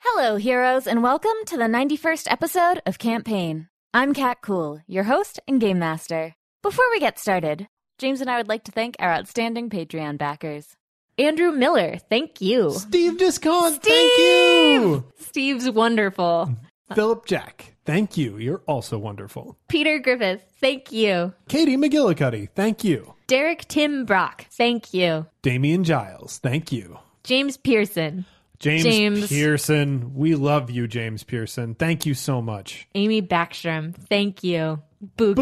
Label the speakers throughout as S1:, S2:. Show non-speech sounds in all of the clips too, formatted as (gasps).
S1: Hello, heroes, and welcome to the 91st episode of Campaign. I'm Kat Cool, your host and game master. Before we get started, James and I would like to thank our outstanding Patreon backers. Andrew Miller, thank you.
S2: Steve Discon, Oh, thank you.
S1: Steve's wonderful.
S2: Philip Jack, thank you. You're also wonderful.
S3: Peter Griffith, thank you.
S2: Katie McGillicuddy, thank you.
S3: Derek Tim Brock, thank you.
S2: Damian Giles, thank you.
S3: James Pearson,
S2: James,
S3: James.
S2: Pearson, we love you, James Pearson. Thank you so much.
S3: Amy Backstrom, thank you. Buka,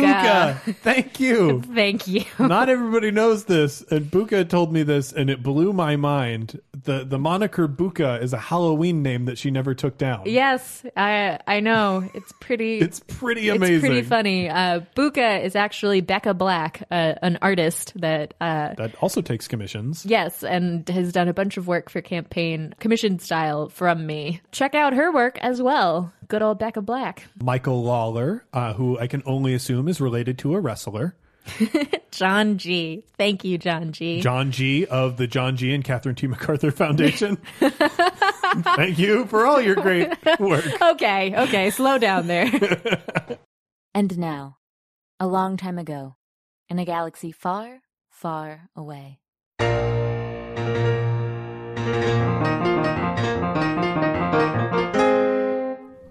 S2: Buka, thank
S3: (laughs)
S2: you.
S3: thank
S1: (laughs)
S3: you.
S2: Not everybody knows this, and Buka told me this, and it blew my mind. the The moniker Buka is a Halloween name that she never took down.
S3: Yes, I I know. It's
S2: (laughs)
S3: pretty
S2: it's pretty amazing.
S3: It's pretty funny. Uh, Buka is actually Becca Black, uh, an artist that, uh,
S2: That also takes commissions.
S3: yes, and has done a bunch of work for campaign commission style from me. Check out her work as well. Good old Becca Black.
S2: Michael Lawler, uh, who I can only assume is related to a wrestler.
S3: John G. Thank you, John G.
S2: John G of the John G and Catherine T. MacArthur Foundation. Thank you for all your great work.
S3: okay, okay, slow
S2: (laughs)
S3: down there.
S1: And now, a long time ago, in a galaxy far, far away.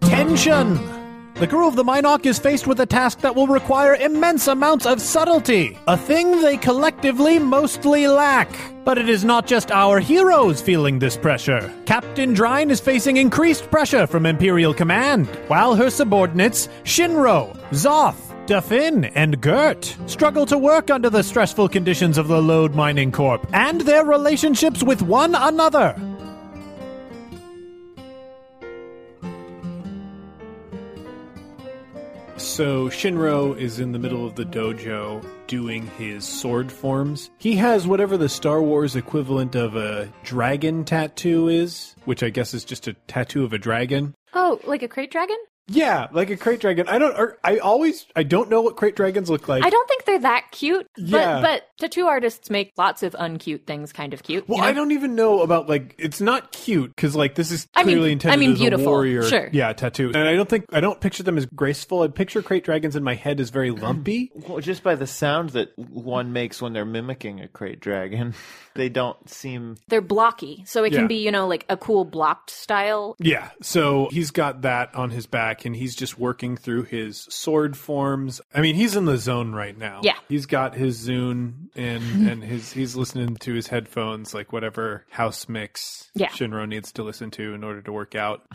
S2: Tension! The crew of the Minoc is faced with a task that will require immense amounts of subtlety, a thing they collectively mostly lack. But it is not just our heroes feeling this pressure. Captain Drine is facing increased pressure from Imperial Command, while her subordinates, Shinro, Zoth, Duffin and Gert struggle to work under the stressful conditions of the Lode Mining Corp and their relationships with one another. So Shinro is in the middle of the dojo doing his sword forms. He has whatever the Star Wars equivalent of a dragon tattoo is, which I guess is just a tattoo of a dragon.
S3: oh, like a crate dragon?
S2: Yeah, like a crate dragon. I don't. Or I always. I don't know what crate dragons look like.
S3: I don't think they're that cute,
S2: Yeah.
S3: but but tattoo artists make lots of uncute things kind of cute.
S2: Well,
S3: you know?
S2: I don't even know about like it's not cute because like this is
S3: I mean-
S2: clearly intended
S3: I mean
S2: as a
S3: beautiful,
S2: warrior,
S3: sure.
S2: yeah, tattoo. And I don't think I don't picture them as graceful. I picture crate dragons in my head as very lumpy.
S4: Well, just by the sound that one makes when they're mimicking a
S5: (laughs)
S4: crate dragon, they don't seem.
S3: They're blocky, so it
S2: Yeah.
S3: can be you know like a cool blocked style.
S2: yeah, so he's got that on his back, and he's just working through his sword forms. I mean, he's in the zone right now.
S3: Yeah.
S2: he's got his Zune and
S3: (laughs)
S2: and his he's listening to his headphones, like whatever house mix
S3: Yeah.
S2: Shinro needs to listen to in order to work out.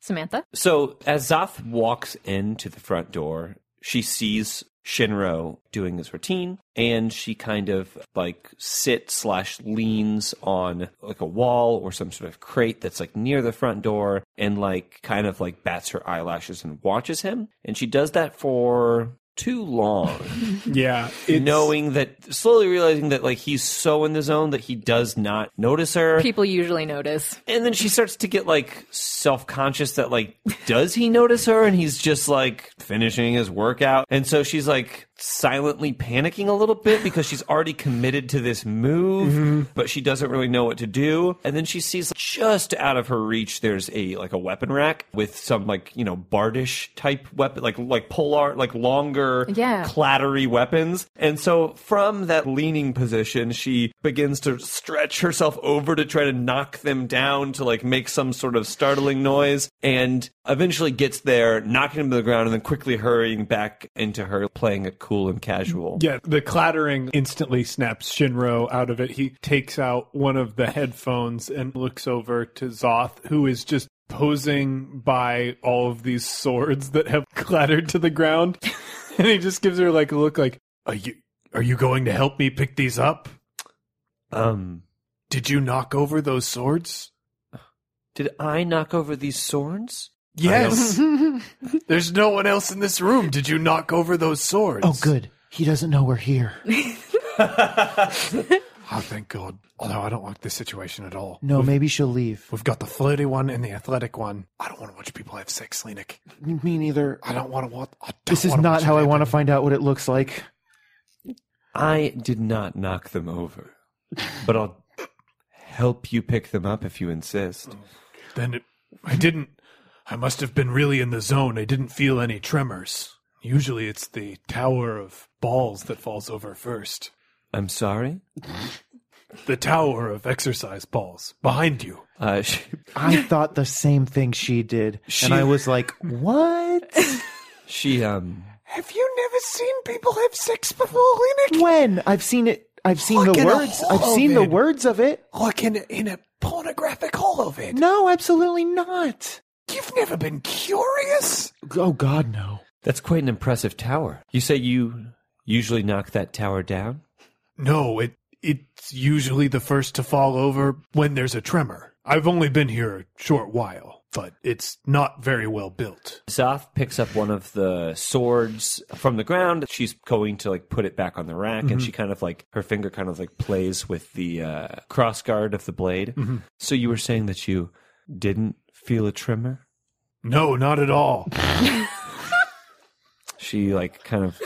S3: Samantha,
S6: So as Zoth walks into the front door, she sees Shinro doing his routine, and she kind of like sits slash leans on like a wall or some sort of crate that's like near the front door, and like kind of like bats her eyelashes and watches him, and she does that for too long
S2: Yeah, it's,
S6: knowing that slowly realizing that like he's so in the zone that he does not notice her
S3: people usually (laughs) notice.
S6: and then she starts to get like self conscious that like does he notice her and he's just like finishing his workout and so she's like silently panicking a little bit because she's already committed to this move but she doesn't really know what to do and then she sees just out of her reach there's a like a weapon rack with some like you know bardish type weapon like like polar like longer
S3: Yeah.
S6: clattery weapons. And so from that leaning position, she begins to stretch herself over to try to knock them down to like make some sort of startling noise and eventually gets there, knocking them to the ground and then quickly hurrying back into her playing it cool and casual.
S2: Yeah, the clattering instantly snaps Shinro out of it. He takes out one of the headphones and looks over to Zoth, who is just posing by all of these swords that have (laughs) clattered to the ground. (laughs) and he just gives her like a look like, "Are you are you going to help me pick these up?
S6: Um
S2: Did you knock over those swords?"
S6: did I knock over these swords?
S2: Yes.
S4: (laughs)
S2: There's no one else in this room. Did you knock over those swords?
S4: Oh, good. He doesn't know we're here.
S2: Oh, thank God. Although I don't like this situation at all.
S5: (laughs)
S4: No, maybe she'll leave.
S2: We've got the flirty one and the athletic one. I don't want to watch people have sex, Lenik.
S4: Me neither.
S2: I don't want to watch. I don't
S4: This is not how I want to find out what it looks like.
S6: I did not knock them over. But I'll help you pick them up if you insist.
S2: Then it I didn't. I must have been really in the zone. I didn't feel any tremors. Usually it's the tower of balls that falls over first.
S6: I'm sorry.
S2: The tower of exercise balls behind you.
S6: Uh, (laughs) she,
S5: (laughs) I thought the same thing she did.
S6: She-
S5: And I was (laughs) like, what?
S6: she um.
S2: Have you never seen people have sex before, Lena?
S5: when? I've seen it. I've seen
S2: Look
S5: the
S2: at a
S5: words. I've
S2: hole
S5: seen
S2: of
S5: the
S2: it.
S5: words of it.
S2: Like in, in a pornographic holovid.
S5: No, absolutely not.
S2: You've never been curious?
S5: Oh, God, no.
S6: That's quite an impressive tower. You say you usually knock that tower down?
S2: No, it it's usually the first to fall over when there's a tremor. I've only been here a short while, but it's not very well built.
S6: Zoth picks up one of the swords from the ground. She's going to like put it back on the rack and she kind of like her finger kind of like plays with the uh cross guard of the blade. So you were saying that you didn't feel a tremor?
S2: No, not at all.
S6: She like kind of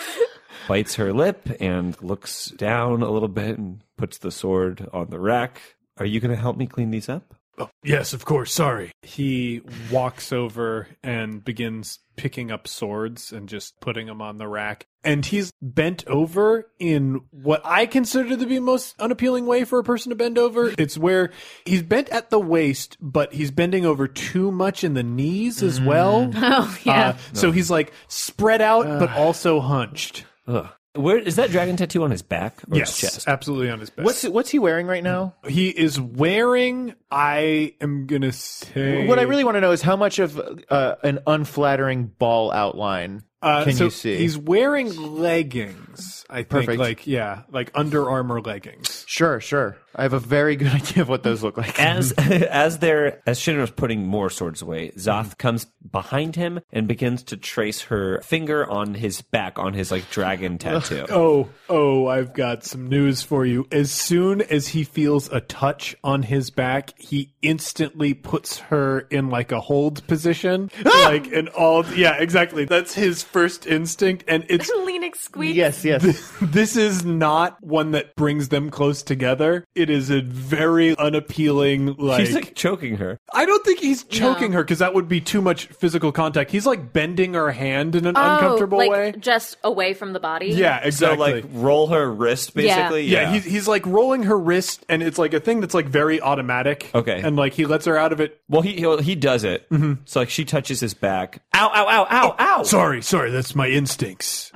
S6: bites her lip and looks down a little bit and puts the sword on the rack. Are you going to help me clean these up?
S2: Oh, yes, of course. Sorry.
S7: He walks over and begins picking up swords and just putting them on the rack. And he's bent over in what I consider to be the most unappealing way for a person to bend over. It's where he's bent at the waist, but he's bending over too much in the knees as well.
S8: Oh, yeah.
S7: Uh, So he's like spread out, but also hunched.
S6: Ugh. Where is that dragon tattoo on his back or
S7: Yes,
S6: his
S7: (laughs)
S6: chest?
S7: absolutely on his back.
S5: What's, what's he wearing right now?
S7: he is wearing? I am gonna say
S5: What I really want to know is how much of uh, an unflattering ball outline
S7: Uh,
S5: can
S7: so
S5: you see?
S7: He's wearing leggings. I think,
S5: Perfect.
S7: like yeah, like Under Armour leggings.
S5: Sure, sure. I have a very good (laughs) idea of what those look like.
S6: as as they're as Shinra's putting more swords away, Zoth comes behind him and begins to trace her finger on his back on his like
S7: (laughs)
S6: dragon tattoo.
S7: Oh, oh! I've got some news for you. As soon as he feels a touch on his back, he instantly puts her in like a hold (laughs) position, like an all. Yeah, exactly. That's his first instinct, and it's (laughs)
S8: Leaning squeak.
S5: (laughs) yes, yes.
S7: this is not one that brings them close together. It is a very unappealing. Like,
S6: He's like choking her.
S7: I don't think he's choking her because that would be too much physical contact. He's like bending her hand in an uncomfortable
S3: Oh, like,
S7: way.
S3: Just away from the body.
S7: Yeah,
S6: So
S7: exactly.
S6: like roll her wrist basically.
S7: yeah, he's, he's like rolling her wrist, and it's like a thing that's like very automatic.
S6: Okay.
S7: and like he lets her out of it.
S6: well he he'll, he does it.
S7: Mm-hmm.
S6: So like she touches his back. Ow ow ow
S7: Oh,
S6: ow ow.
S2: Sorry, sorry. That's my instincts.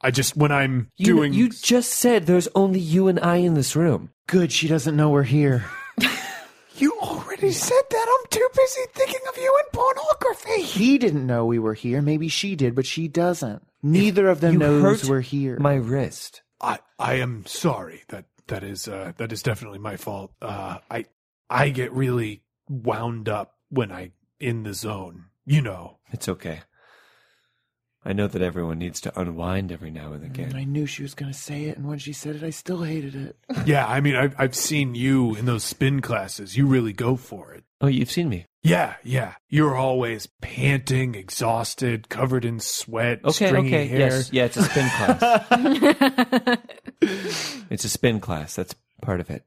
S2: I just when I'm
S6: You,
S2: doing
S6: you just said there's only you and I in this room.
S5: (laughs) Good, she doesn't know we're here.
S2: You already said that. I'm too busy thinking of you in pornography.
S5: He didn't know we were here. Maybe she did, but she doesn't. Neither of them
S6: You
S5: knows
S6: hurt
S5: we're here.
S6: My wrist.
S2: I I am sorry. That that is uh that is definitely my fault. Uh I I get really wound up when I in the zone. You
S6: (laughs)
S2: know.
S6: It's okay. I know that everyone needs to unwind every now and again.
S5: I knew she was going to say it, and when she said it, I still hated it.
S2: Yeah, I mean I've I've seen you in those spin classes. You really go for it.
S6: Oh, you've seen me.
S2: Yeah, yeah. You're always panting, exhausted, covered in sweat,
S6: Okay,
S2: stringy
S6: okay,
S2: hair.
S6: yes, yeah. It's a spin class.
S2: (laughs)
S6: it's a spin class. That's part of it.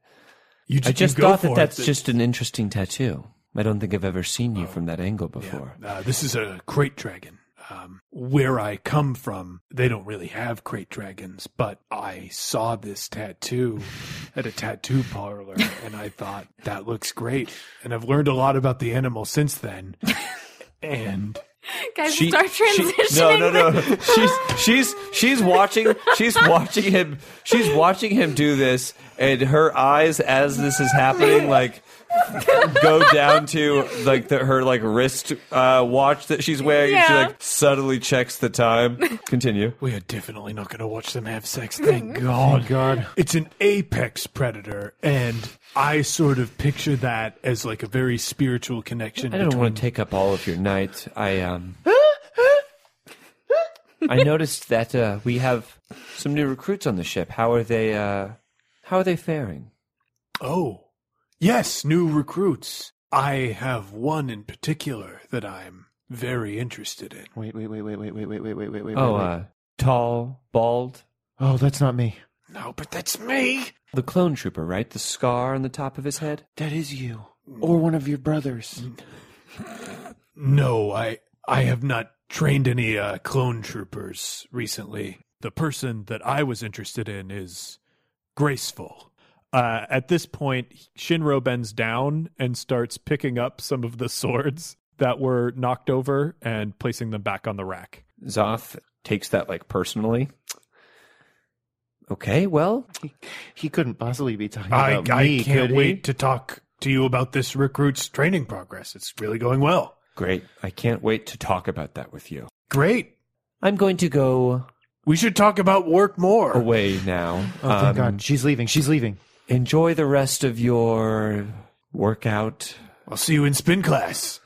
S2: You
S6: I
S2: you
S6: just
S2: go
S6: thought
S2: for
S6: that
S2: it.
S6: that's just an interesting tattoo. I don't think I've ever seen you from that angle before.
S2: Uh, this is a crate dragon. Um, where I come from, they don't really have crate dragons, but I saw this tattoo at a tattoo parlor and I thought that looks great. And I've learned a lot about the animal since then. And
S3: Guys, start
S6: she-
S3: transitioning.
S6: no, no, no. She's she's she's watching she's watching him she's watching him do this, and her eyes as this is happening like go down to like the, her like wrist uh, watch that she's wearing, and she
S3: Yeah.
S6: like subtly checks the time. Continue.
S2: we are definitely not going to watch them have sex. Thank God. God. It's an apex predator. And I sort of picture that as like a very spiritual connection.
S6: I don't
S2: between-
S6: want to take up all of your night. I um. I noticed that uh, we have some new recruits on the ship. How are they? Uh, how are they faring?
S2: Oh, yes, new recruits. I have one in particular that I'm very interested in.
S5: Wait, wait, wait, wait, wait, wait, wait, wait, wait, wait, wait.
S6: Oh,
S5: wait.
S6: uh, tall, bald,
S5: oh, that's not me.
S2: No, but that's me.
S6: the clone trooper, right? The scar on the top of his head.
S5: That is you. Or one of your brothers.
S2: No, I I have not trained any uh, clone troopers recently. The person that I was interested in is graceful.
S7: Uh, at this point, Shinro bends down and starts picking up some of the swords that were knocked over and placing them back on the rack.
S6: Zoth takes that like personally. Okay, well,
S5: He couldn't possibly be talking
S2: I,
S5: about
S2: I
S5: me,
S2: can't
S5: could
S2: wait
S5: he?
S2: to talk to you about this recruit's training progress. It's really going well.
S6: great. I can't wait to talk about that with you.
S2: Great.
S6: I'm going to go
S2: We should talk about work more.
S6: away now. Um,
S5: Oh, thank God. She's leaving. She's leaving.
S6: Enjoy the rest of your workout.
S2: I'll see you in spin class.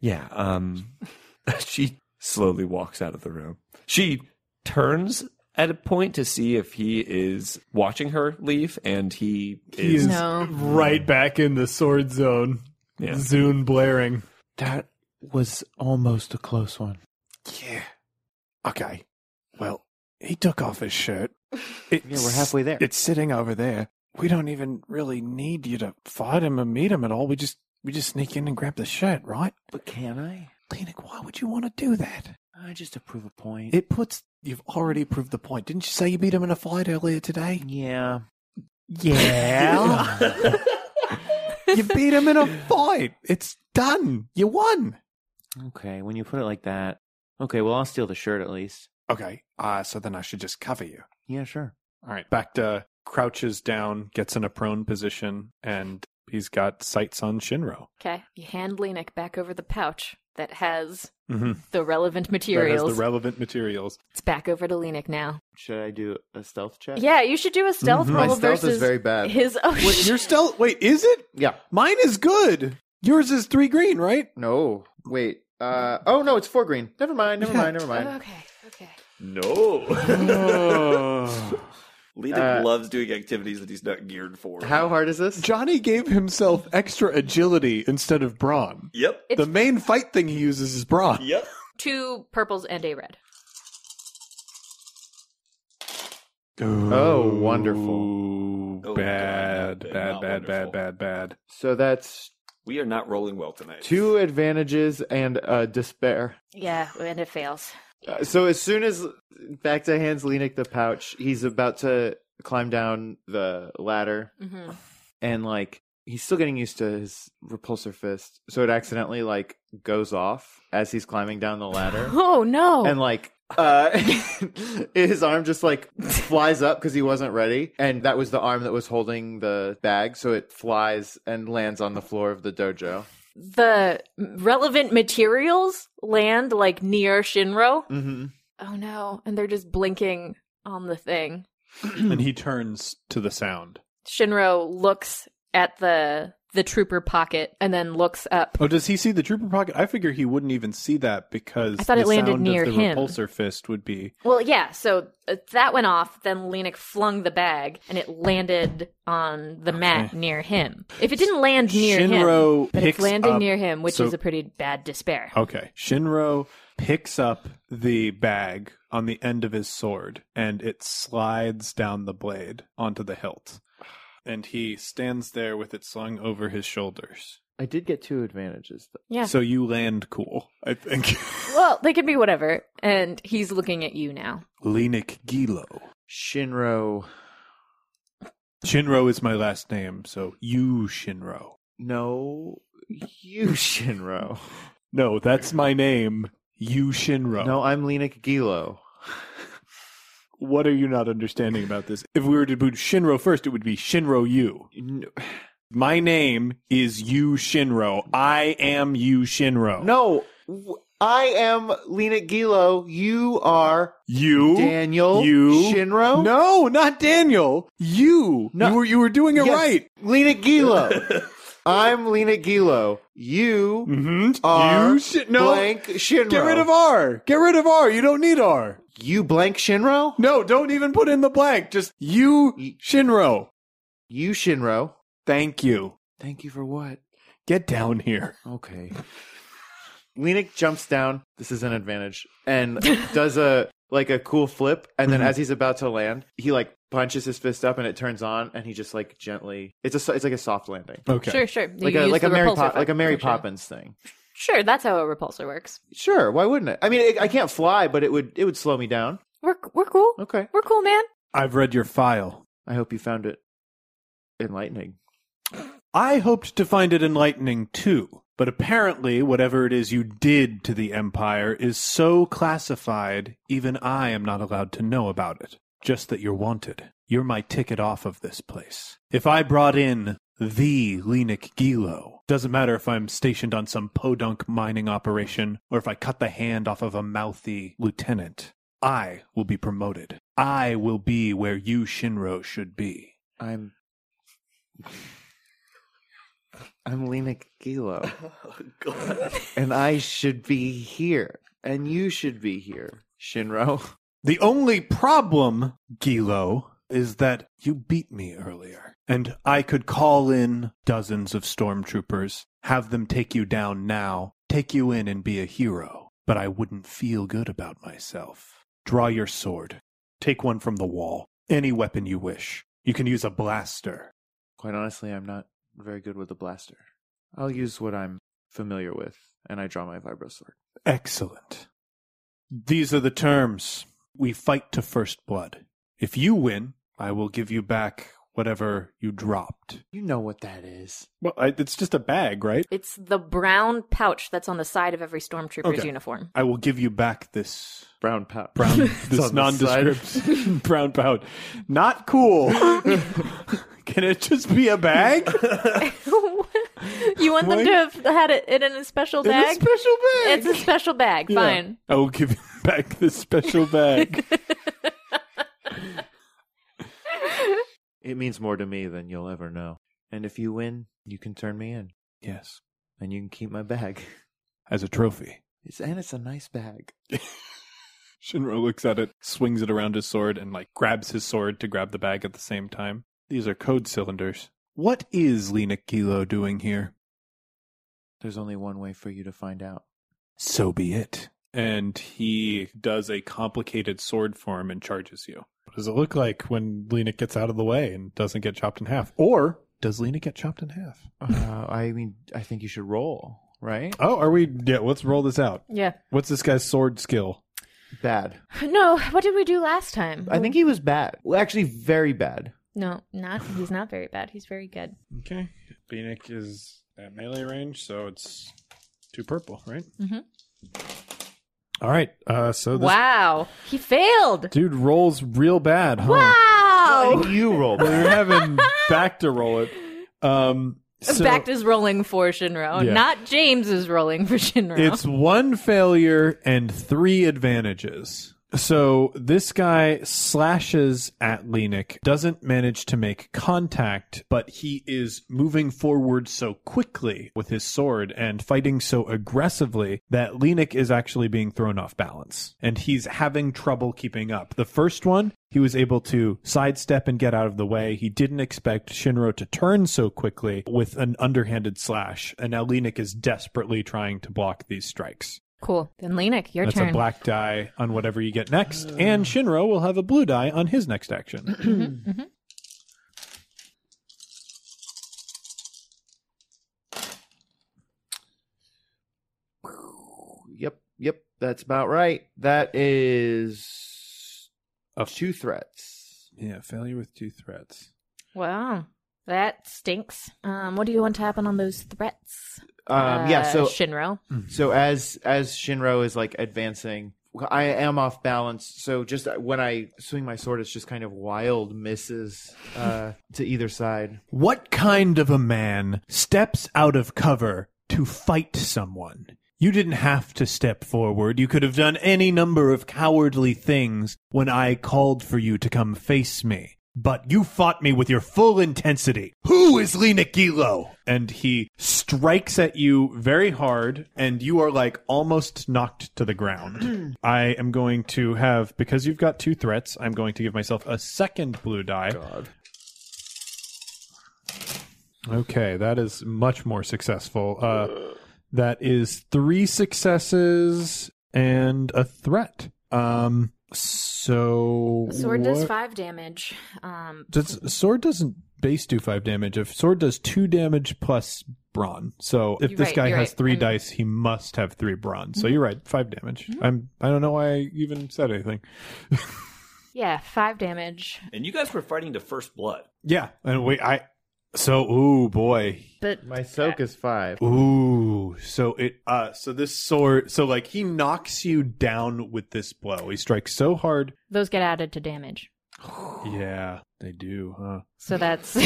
S6: Yeah, um (laughs) she slowly walks out of the room. She turns at a point to see if he is watching her leave and he
S7: He
S6: is
S7: is
S3: No.
S7: right back in the sword zone.
S6: (laughs) Yeah.
S7: Zune blaring.
S5: That was almost a close one.
S2: Yeah. Okay. Well, he took off his shirt. It's,
S5: (laughs) Yeah, we're halfway there.
S2: It's sitting over there. We don't even really need you to fight him or meet him at all. We just we just sneak in and grab the shirt, right?
S5: But can I?
S2: Lenik, why would you want to do that?
S5: I just approve a point.
S2: It puts you've already proved the point. Didn't you say you beat him in a fight earlier today?
S5: yeah.
S2: Yeah. (laughs)
S3: (laughs)
S2: you beat him in a fight. It's done. You won.
S5: Okay, when you put it like that. Okay, well, I'll steal the shirt at least.
S2: Okay. Uh so then I should just cover you.
S5: Yeah, sure.
S7: All right, back to crouches down, gets in a prone position, and he's got sights on Shinro.
S3: Okay. You hand Lenik back over the pouch that has
S7: Mm-hmm.
S3: the relevant
S7: That has
S3: materials.
S7: the relevant materials.
S3: it's back over to Lenik now.
S5: Should I do a stealth check?
S3: Yeah, you should do a stealth
S7: Mhm.
S3: roll
S7: My
S3: versus
S5: bad.
S3: his. (laughs) Oh,
S2: Wait, your stealth. Wait, is it?
S4: Yeah.
S2: Mine is good. Yours is three green, right?
S4: No. Wait. Uh, oh no, it's four green. Never mind. Never mind. Never mind.
S3: Okay. Okay.
S6: (laughs) Leading
S4: Uh,
S6: loves doing activities that he's not geared for.
S4: How hard is this?
S2: (laughs) Johnny gave himself extra agility instead of brawn.
S6: Yep.
S2: The main fight thing he uses is brawn.
S6: Yep.
S3: Two purples and a red.
S4: Oh, wonderful.
S6: Oh,
S7: bad,
S6: God.
S7: bad,
S6: Not
S7: bad,
S6: wonderful.
S7: bad, bad, bad.
S4: So that's
S6: We are not rolling well tonight. (laughs)
S4: two advantages and uh, despair.
S3: Yeah, and it fails.
S4: Uh, so as soon as back to hands Lenik the pouch, he's about to climb down the ladder,
S3: hmm
S4: and like he's still getting used to his repulsor fist, so it accidentally like goes off as he's climbing down the
S3: (laughs)
S4: ladder.
S3: Oh no!
S4: and like uh (laughs) his arm just like flies up because he wasn't ready and that was the arm that was holding the bag so it flies and lands on the floor of the dojo
S3: the relevant materials land like near Shinro.
S4: mm-hmm.
S3: Oh no! And they're just blinking on the thing.
S7: and he turns to the sound.
S3: Shinro looks at the the trooper pocket and then looks up.
S7: Oh, does he see the trooper pocket? I figure he wouldn't even see that because
S3: I thought
S7: the
S3: it landed
S7: sound
S3: near
S7: of the
S3: him.
S7: repulsor fist would be.
S3: Well, yeah. So uh, that went off. Then Lenik flung the bag, and it landed on the mat near him. If it didn't land near
S7: Shinro
S3: him, but
S7: picks
S3: it's landing
S7: up-
S3: near him, which
S7: so-
S3: is a pretty bad despair.
S4: Oh.
S7: Okay. Shinro picks up the bag on the end of his sword and it slides down the blade onto the hilt. And he stands there with it slung over his shoulders.
S4: i did get two advantages though
S3: Yeah.
S7: So you land cool, I think. (laughs)
S3: Well, they can be whatever. And he's looking at you now.
S7: Lenik Gilo.
S4: shinro
S7: Shinro is my last name, so you Shinro.
S4: no you (laughs) shinro
S7: No, that's my name. You Shinro.
S4: no i'm lenik gilo
S7: What are you not understanding about this? If we were to boot Shinro first, it would be Shinro you.
S4: N-
S7: My name is Yu Shinro. I am Yu Shinro.
S4: no w- i am lenik gilo you are
S7: you.
S4: daniel
S7: You?
S4: shinro
S7: No, not Daniel. You.
S4: No.
S7: You were you were doing it
S4: Yes,
S7: right.
S4: Lena (laughs) Gilo. I'm Lena Gilo. You
S7: Mm-hmm.
S4: are
S7: you Shin- no.
S4: blank Shinro.
S7: Get rid of R. Get rid of R. You don't need R.
S4: you blank Shinro.
S7: No, don't even put in the blank. Just you
S4: Ye-
S7: Shinro.
S4: You Shinro.
S7: Thank you.
S4: Thank you for what?
S7: Get down here. (laughs)
S4: Okay. Lenik jumps down. This is an advantage, and does a like a cool flip. And then as he's about to land, he like punches his fist up, and it turns on, and he just like gently. It's a so- it's like a soft landing,
S7: Okay.
S3: Sure, sure. You
S4: like a
S3: use
S4: like a
S3: the
S4: Mary
S3: repulsor
S4: Pop- like a Mary
S3: function.
S4: Poppins thing.
S3: Sure, that's how a repulsor works.
S4: Sure, why wouldn't it? I mean, it, I can't fly, but it would it would slow me down.
S3: We're we're cool.
S4: Okay.
S3: We're cool, man.
S2: I've read your file.
S4: I hope you found it enlightening.
S2: I hoped to find it enlightening too, but apparently, whatever it is you did to the Empire is so classified, even I am not allowed to know about it. Just that you're wanted. You're my ticket off of this place. If I brought in the Lenik Gilo, doesn't matter if I'm stationed on some podunk mining operation or if I cut the hand off of a mouthy lieutenant, I will be promoted. I will be where you, Shinro, should be.
S4: I'm I'm Lena Gilo.
S6: (laughs)
S4: And I should be here. And you should be here, Shinro.
S2: The only problem, Gilo, is that you beat me earlier, and I could call in dozens of stormtroopers, have them take you down now, take you in and be a hero, but I wouldn't feel good about myself. Draw your sword. Take one from the wall. Any weapon you wish. You can use a blaster.
S4: Quite honestly, I'm not very good with a blaster. I'll use what I'm familiar with, and I draw my vibrosword.
S2: Excellent. These are the terms. We fight to first blood. If you win, I will give you back whatever you dropped.
S4: You know what that is.
S7: Well, I, it's just a bag, right?
S3: It's the brown pouch that's on the side of every stormtrooper's
S2: Okay.
S3: uniform.
S4: (laughs)
S3: (laughs)
S2: I will give you back this
S4: Brown pouch.
S2: (laughs) brown
S4: It's
S2: this
S4: on the side.
S2: nondescript (laughs) brown pound. Not cool. (laughs) Can it just be a
S4: (laughs)
S2: bag?
S3: you want them to have had it in a special bag?
S2: special bag.
S3: It's a special bag.
S2: Yeah.
S3: Fine.
S2: I will give you (laughs) back this special
S3: (laughs)
S2: bag.
S4: It means more to me than you'll ever know. And if you win, you can turn me in,
S2: yes,
S4: and you can keep my bag. (laughs)
S2: as a trophy.
S4: It's and it's a nice bag.
S7: Shinro looks at it, swings it around his sword, and like grabs his sword to grab the bag at the same time.
S2: These are code cylinders. What is Lena Kilo doing here?
S4: There's only one way for you to find out.
S2: So be it.
S7: And he does a complicated sword form and charges you.
S2: What does it look like when Lena gets out of the way and doesn't get chopped in half? Or does Lena get chopped in half?
S4: Uh, I mean, I think you should roll, right?
S2: Oh, are we? Yeah, let's roll this out.
S3: (laughs) Yeah.
S2: What's this guy's sword skill?
S4: Bad.
S3: No, what did we do last time?
S4: I think he was bad. Well, actually, very bad.
S3: No, not he's not very bad. He's very good.
S7: Okay. Beanick is at melee range, so it's two purple, right?
S2: All right. Uh, so this
S3: Mm-hmm. Wow. He failed.
S2: dude rolls real bad, huh?
S3: Wow.
S4: You
S3: (laughs)
S4: roll.
S2: We're having back to roll it. Um, so
S3: Bact is rolling for Shinro.
S2: Yeah.
S3: Not James is rolling for Shinro.
S2: it's one failure and three advantages. So this guy slashes at Lenik, doesn't manage to make contact, but he is moving forward so quickly with his sword and fighting so aggressively that Lenik is actually being thrown off balance. And he's having trouble keeping up. The first one, he was able to sidestep and get out of the way. He didn't expect Shinro to turn so quickly with an underhanded slash. And now Lenik is desperately trying to block these strikes.
S3: cool. Then Lenik, your
S2: That's
S3: turn.
S2: a black die on whatever you get next. And Shinro will have a blue die on his next
S3: (clears throat)
S2: action.
S3: Mm-hmm,
S4: Yep, yep, that's about right. That is two threats.
S2: yeah, failure with two threats.
S3: wow. That stinks. Um, what do you want to happen on those threats?
S4: Um, yeah,
S3: Uh,
S4: so
S3: Shinro.
S4: so as as Shinro is like advancing, I am off balance. So just uh, when I swing my sword, it's just kind of wild misses uh, to either side.
S2: What kind of a man steps out of cover to fight someone? You didn't have to step forward. You could have done any number of cowardly things when I called for you to come face me. But you fought me with your full intensity. Who is Lena Gilo? And he strikes at you very hard, and you are like almost knocked to the ground. I am going to have, because you've got two threats, I'm going to give myself a second blue die. Okay, that is much more successful. Uh, that is three successes and a threat. Um, So
S3: Sword does
S2: what-
S3: five damage. Um,
S2: Does sword doesn't base do five damage. If sword does two damage plus brawn, so if
S3: You're
S2: this
S3: right,
S2: guy
S3: you're
S2: has
S3: right.
S2: 3
S3: I'm- Mm-hmm.
S2: dice, he must have three brawn. So you're right, five damage. I'm- I don't know why I even said anything.
S3: yeah, five damage.
S6: And you guys were fighting to first blood.
S2: Yeah, and wait, I. So ooh boy,
S3: But
S4: My soak is five.
S2: ooh. So it uh, so this sword, so like he knocks you down with this blow. He strikes so hard.
S3: those get added to damage.
S2: Yeah, they do, huh?
S3: So that's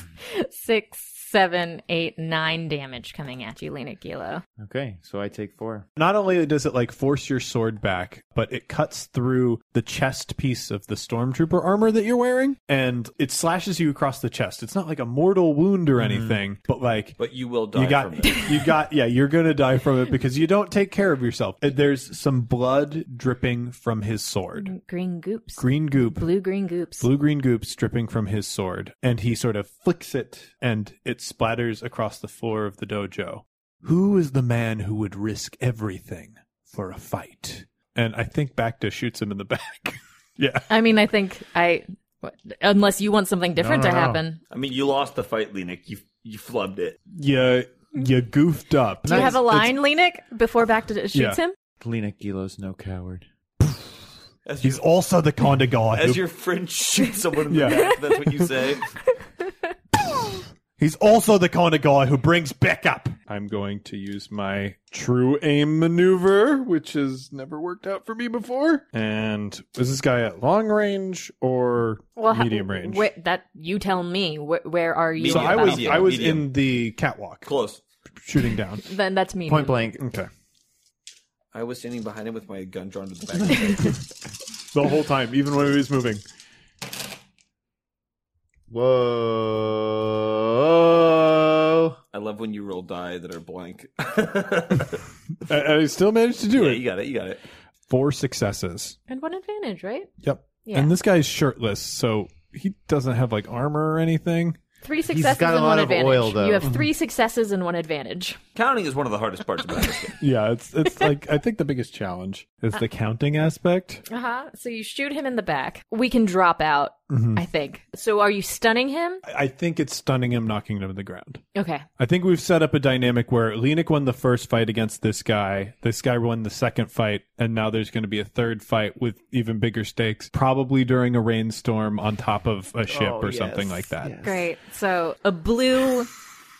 S3: (laughs) six, seven, eight, nine damage coming at you, Lena Gilo.
S4: Okay, so I take four.
S2: Not only does it like force your sword back, but it cuts through the chest piece of the stormtrooper armor that you're wearing and it slashes you across the chest. It's not like a mortal wound or anything, but like
S6: Hmm. But you will die
S2: you got
S6: from
S2: (laughs)
S6: it.
S2: you got yeah, you're going to die from it because you don't take care of yourself. Uh, There's some blood dripping from his sword.
S3: Green goops.
S2: Green goop
S3: Blue green goops.
S2: blue green goop dripping from his sword, and he sort of flicks it, and it splatters across the floor of the dojo. Who is the man who would risk everything for a fight? And I think Bacta shoots him in the back. (laughs) yeah.
S3: I mean, I think I. what- Unless you want something different
S4: no,
S3: to
S4: no.
S3: happen,
S6: I mean, you lost the fight, Lenik. You you flubbed it.
S2: You, you goofed up.
S3: do you have a line, Lenik, before back to shoots
S2: Yeah.
S3: him?
S4: Lena Gilo's no coward.
S6: As
S2: He's also the kind of guy who
S6: as your friend shoots someone in the
S2: Yeah.
S6: back, that's what you (laughs) say.
S2: He's also the kind of guy who brings backup.
S7: I'm going to use my true aim maneuver, which has never worked out for me before. And is this guy at long range or
S3: ha-
S7: medium range?
S3: wh- that you tell me. Wh- where are you?
S2: So
S6: So
S3: in
S6: Medium,
S2: I
S3: the
S2: was
S3: battle?
S6: medium,
S2: I was
S6: medium.
S2: in the catwalk
S6: Close.
S2: shooting down.
S3: Then that's me.
S4: Point blank.
S2: Okay.
S6: I was standing behind him with my gun drawn to the back. of his head.
S2: The whole time, even when he was moving.
S4: Whoa.
S6: I love when you roll die that are blank. (laughs)
S2: And and he still managed to do
S6: yeah,
S2: it.
S6: you got it. You got it.
S2: Four successes.
S3: And one advantage, right?
S2: Yep.
S3: Yeah.
S2: And this guy's shirtless, so he doesn't have like armor or anything.
S3: Three successes
S4: got a
S3: and
S4: lot
S3: one
S4: of
S3: advantage.
S4: oil, though.
S3: You have three successes and one advantage.
S6: Counting is one of the hardest parts about this game.
S2: Yeah, it's (laughs) it's like I think the biggest challenge is the counting aspect.
S3: Uh huh. So you shoot him in the back. We can drop out, I think. So are you stunning him?
S2: I I think it's stunning him, knocking him to the ground.
S3: Okay.
S2: I think we've set up a dynamic where Lenik won the first fight against this guy, this guy won the second fight, and now there's going to be a third fight with even bigger stakes, probably during a rainstorm on top of a ship
S5: Oh,
S2: or
S5: yes,
S2: something like that.
S3: Great. So a blue.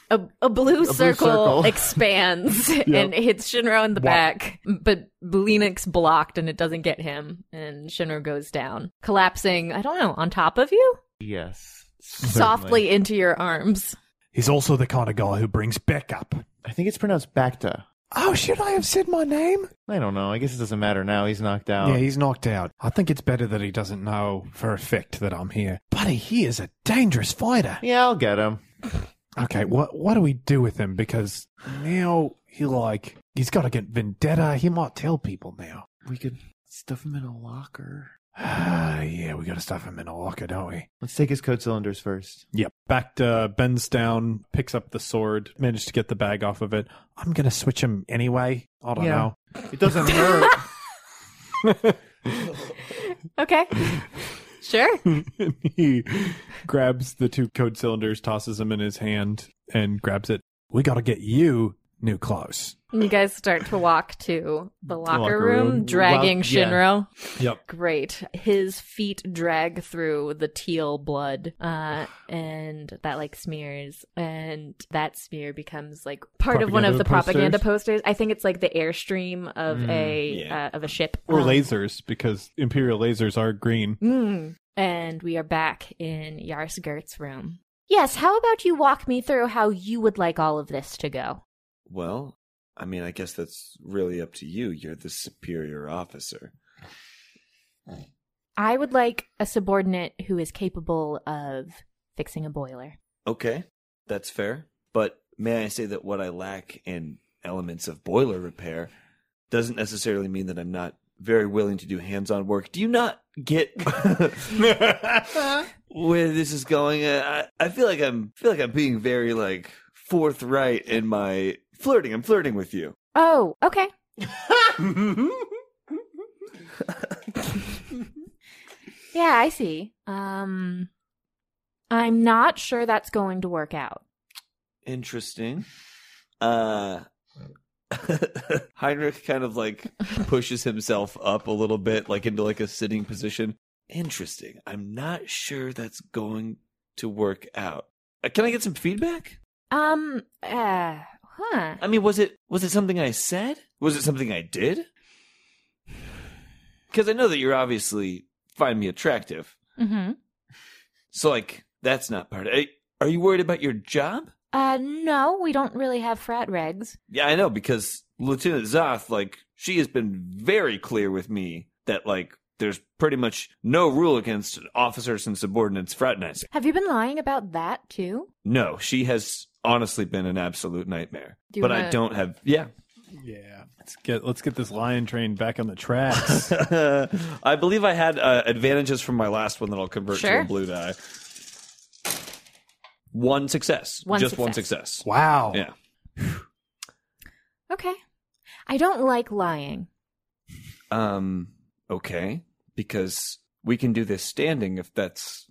S3: A, a blue circle (laughs)
S4: circle.
S3: expands and hits Shinro in the back, but Lenix blocked and it doesn't get him, and Shinro goes down, collapsing, I don't know, on top of you?
S4: Yes.
S3: Softly into your arms.
S2: He's also the kind of guy who brings backup.
S4: I think it's pronounced Bacta.
S2: Oh, should I have said my name?
S4: I don't know. I guess it doesn't matter now. He's knocked out.
S2: Yeah, he's knocked out. I think it's better that he doesn't know for a fact that I'm here. Buddy, he is a dangerous fighter.
S4: Yeah, I'll get him.
S2: Okay, what what do we do with him? Because now he like he's got to get vendetta. He might tell people now. (sighs)
S4: We could stuff him in a locker.
S2: yeah, we got to stuff him in a locker, don't we?
S4: Let's take his code cylinders first.
S2: Yep. Back to bends down, picks up the sword, manages to get the bag off of it. I'm gonna switch him anyway. I don't
S4: Yeah.
S2: know. (laughs)
S4: It (laughs) doesn't hurt.
S3: (laughs) Okay. sure.
S2: and he grabs the two code cylinders, tosses them in his hand, and grabs it. We got to get you new clothes.
S3: You guys start to walk to the locker,
S4: locker
S3: room,
S4: room.
S3: dragging
S4: Well, yeah.
S3: Shinro.
S2: Yep.
S3: Great. His feet drag through the teal blood, uh, and that like smears, and that smear becomes like part of one of
S2: Propaganda
S3: the propaganda posters. I think it's like the airstream of a
S6: yeah.
S3: uh, of a ship
S2: Or
S3: Um,
S2: lasers, because Imperial lasers are green.
S3: Mm. And we are back in Yars Gert's room. Yes. How about you walk me through how you would like all of this to go?
S6: Well, I mean, I guess that's really up to you. You're the superior officer.
S3: I would like a subordinate who is capable of fixing a boiler.
S6: Okay, that's fair. But may I say that what I lack in elements of boiler repair doesn't necessarily mean that I'm not very willing to do hands on work. Do you not get where this is going? Uh, I, I feel like I'm feel like I'm being very like forthright in my flirting. I'm flirting with you.
S3: Oh, okay. Yeah, I see. Um, I'm not sure that's going to work out.
S6: Interesting. Uh (laughs) Heinrich kind of like pushes himself up a little bit, like into like a sitting position. Interesting. I'm not sure that's going to work out. Uh, can I get some feedback?
S3: Um, uh, huh.
S6: I mean, was it was it something I said? Was it something I did? Because I know that you're obviously find me attractive.
S3: Mm-hmm.
S6: So like that's not part of it. Are you worried about your job?
S3: Uh, no, we don't really have frat regs.
S6: Yeah, I know because Lieutenant Zoth, like, she has been very clear with me that like there's pretty much no rule against officers and subordinates fraternizing.
S3: Have you been lying about that too?
S6: No, she has honestly been an absolute nightmare.
S3: Do you
S6: but I
S3: wanna-
S6: don't have yeah. (laughs)
S7: Yeah. Let's get let's get this lion train back on the tracks.
S6: I believe I had uh, advantages from my last one that I'll convert to
S3: Sure.
S6: a blue die. One success.
S3: One
S6: Just one
S3: success.
S6: success.
S7: wow.
S6: Yeah.
S3: Okay. I don't like lying.
S6: Um, okay, because we can do this standing if that's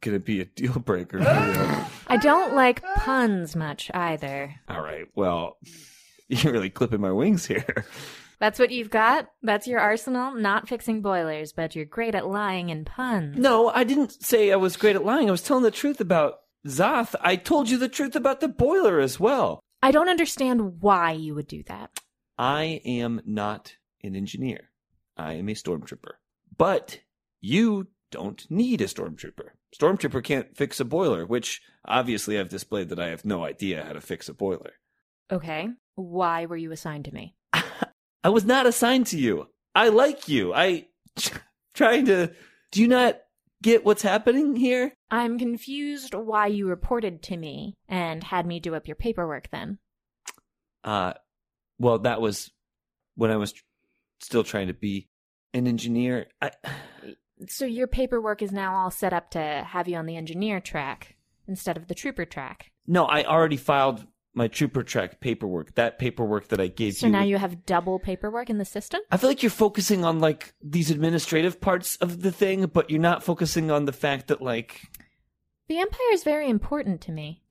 S6: going to be a deal breaker. for you. (laughs)
S3: I don't like puns much either.
S6: All right, well, (laughs) you're really clipping my wings here.
S3: That's what you've got? That's your arsenal? Not fixing boilers, but you're great at lying and puns.
S6: No, I didn't say I was great at lying. I was telling the truth about Zoth. I told you the truth about the boiler as well.
S3: I don't understand why you would do that.
S6: I am not an engineer. I am a stormtrooper. But you don't need a stormtrooper. Stormtrooper can't fix a boiler, which obviously I've displayed that I have no idea how to fix a boiler.
S3: Okay. Why were you assigned to me?
S6: (laughs) I was not assigned to you. I like you. I (laughs) trying to do you not get what's happening here?
S3: I'm confused why you reported to me and had me do up your paperwork then.
S6: Uh well, that was when I was still trying to be an engineer. I (sighs)
S3: So your paperwork is now all set up to have you on the engineer track instead of the trooper track.
S6: no, I already filed my trooper track paperwork. That paperwork that I gave
S3: So
S6: you.
S3: now you have double paperwork in the system?
S6: I feel like you're focusing on like these administrative parts of the thing, but you're not focusing on the fact that like
S3: The Empire is very important to me.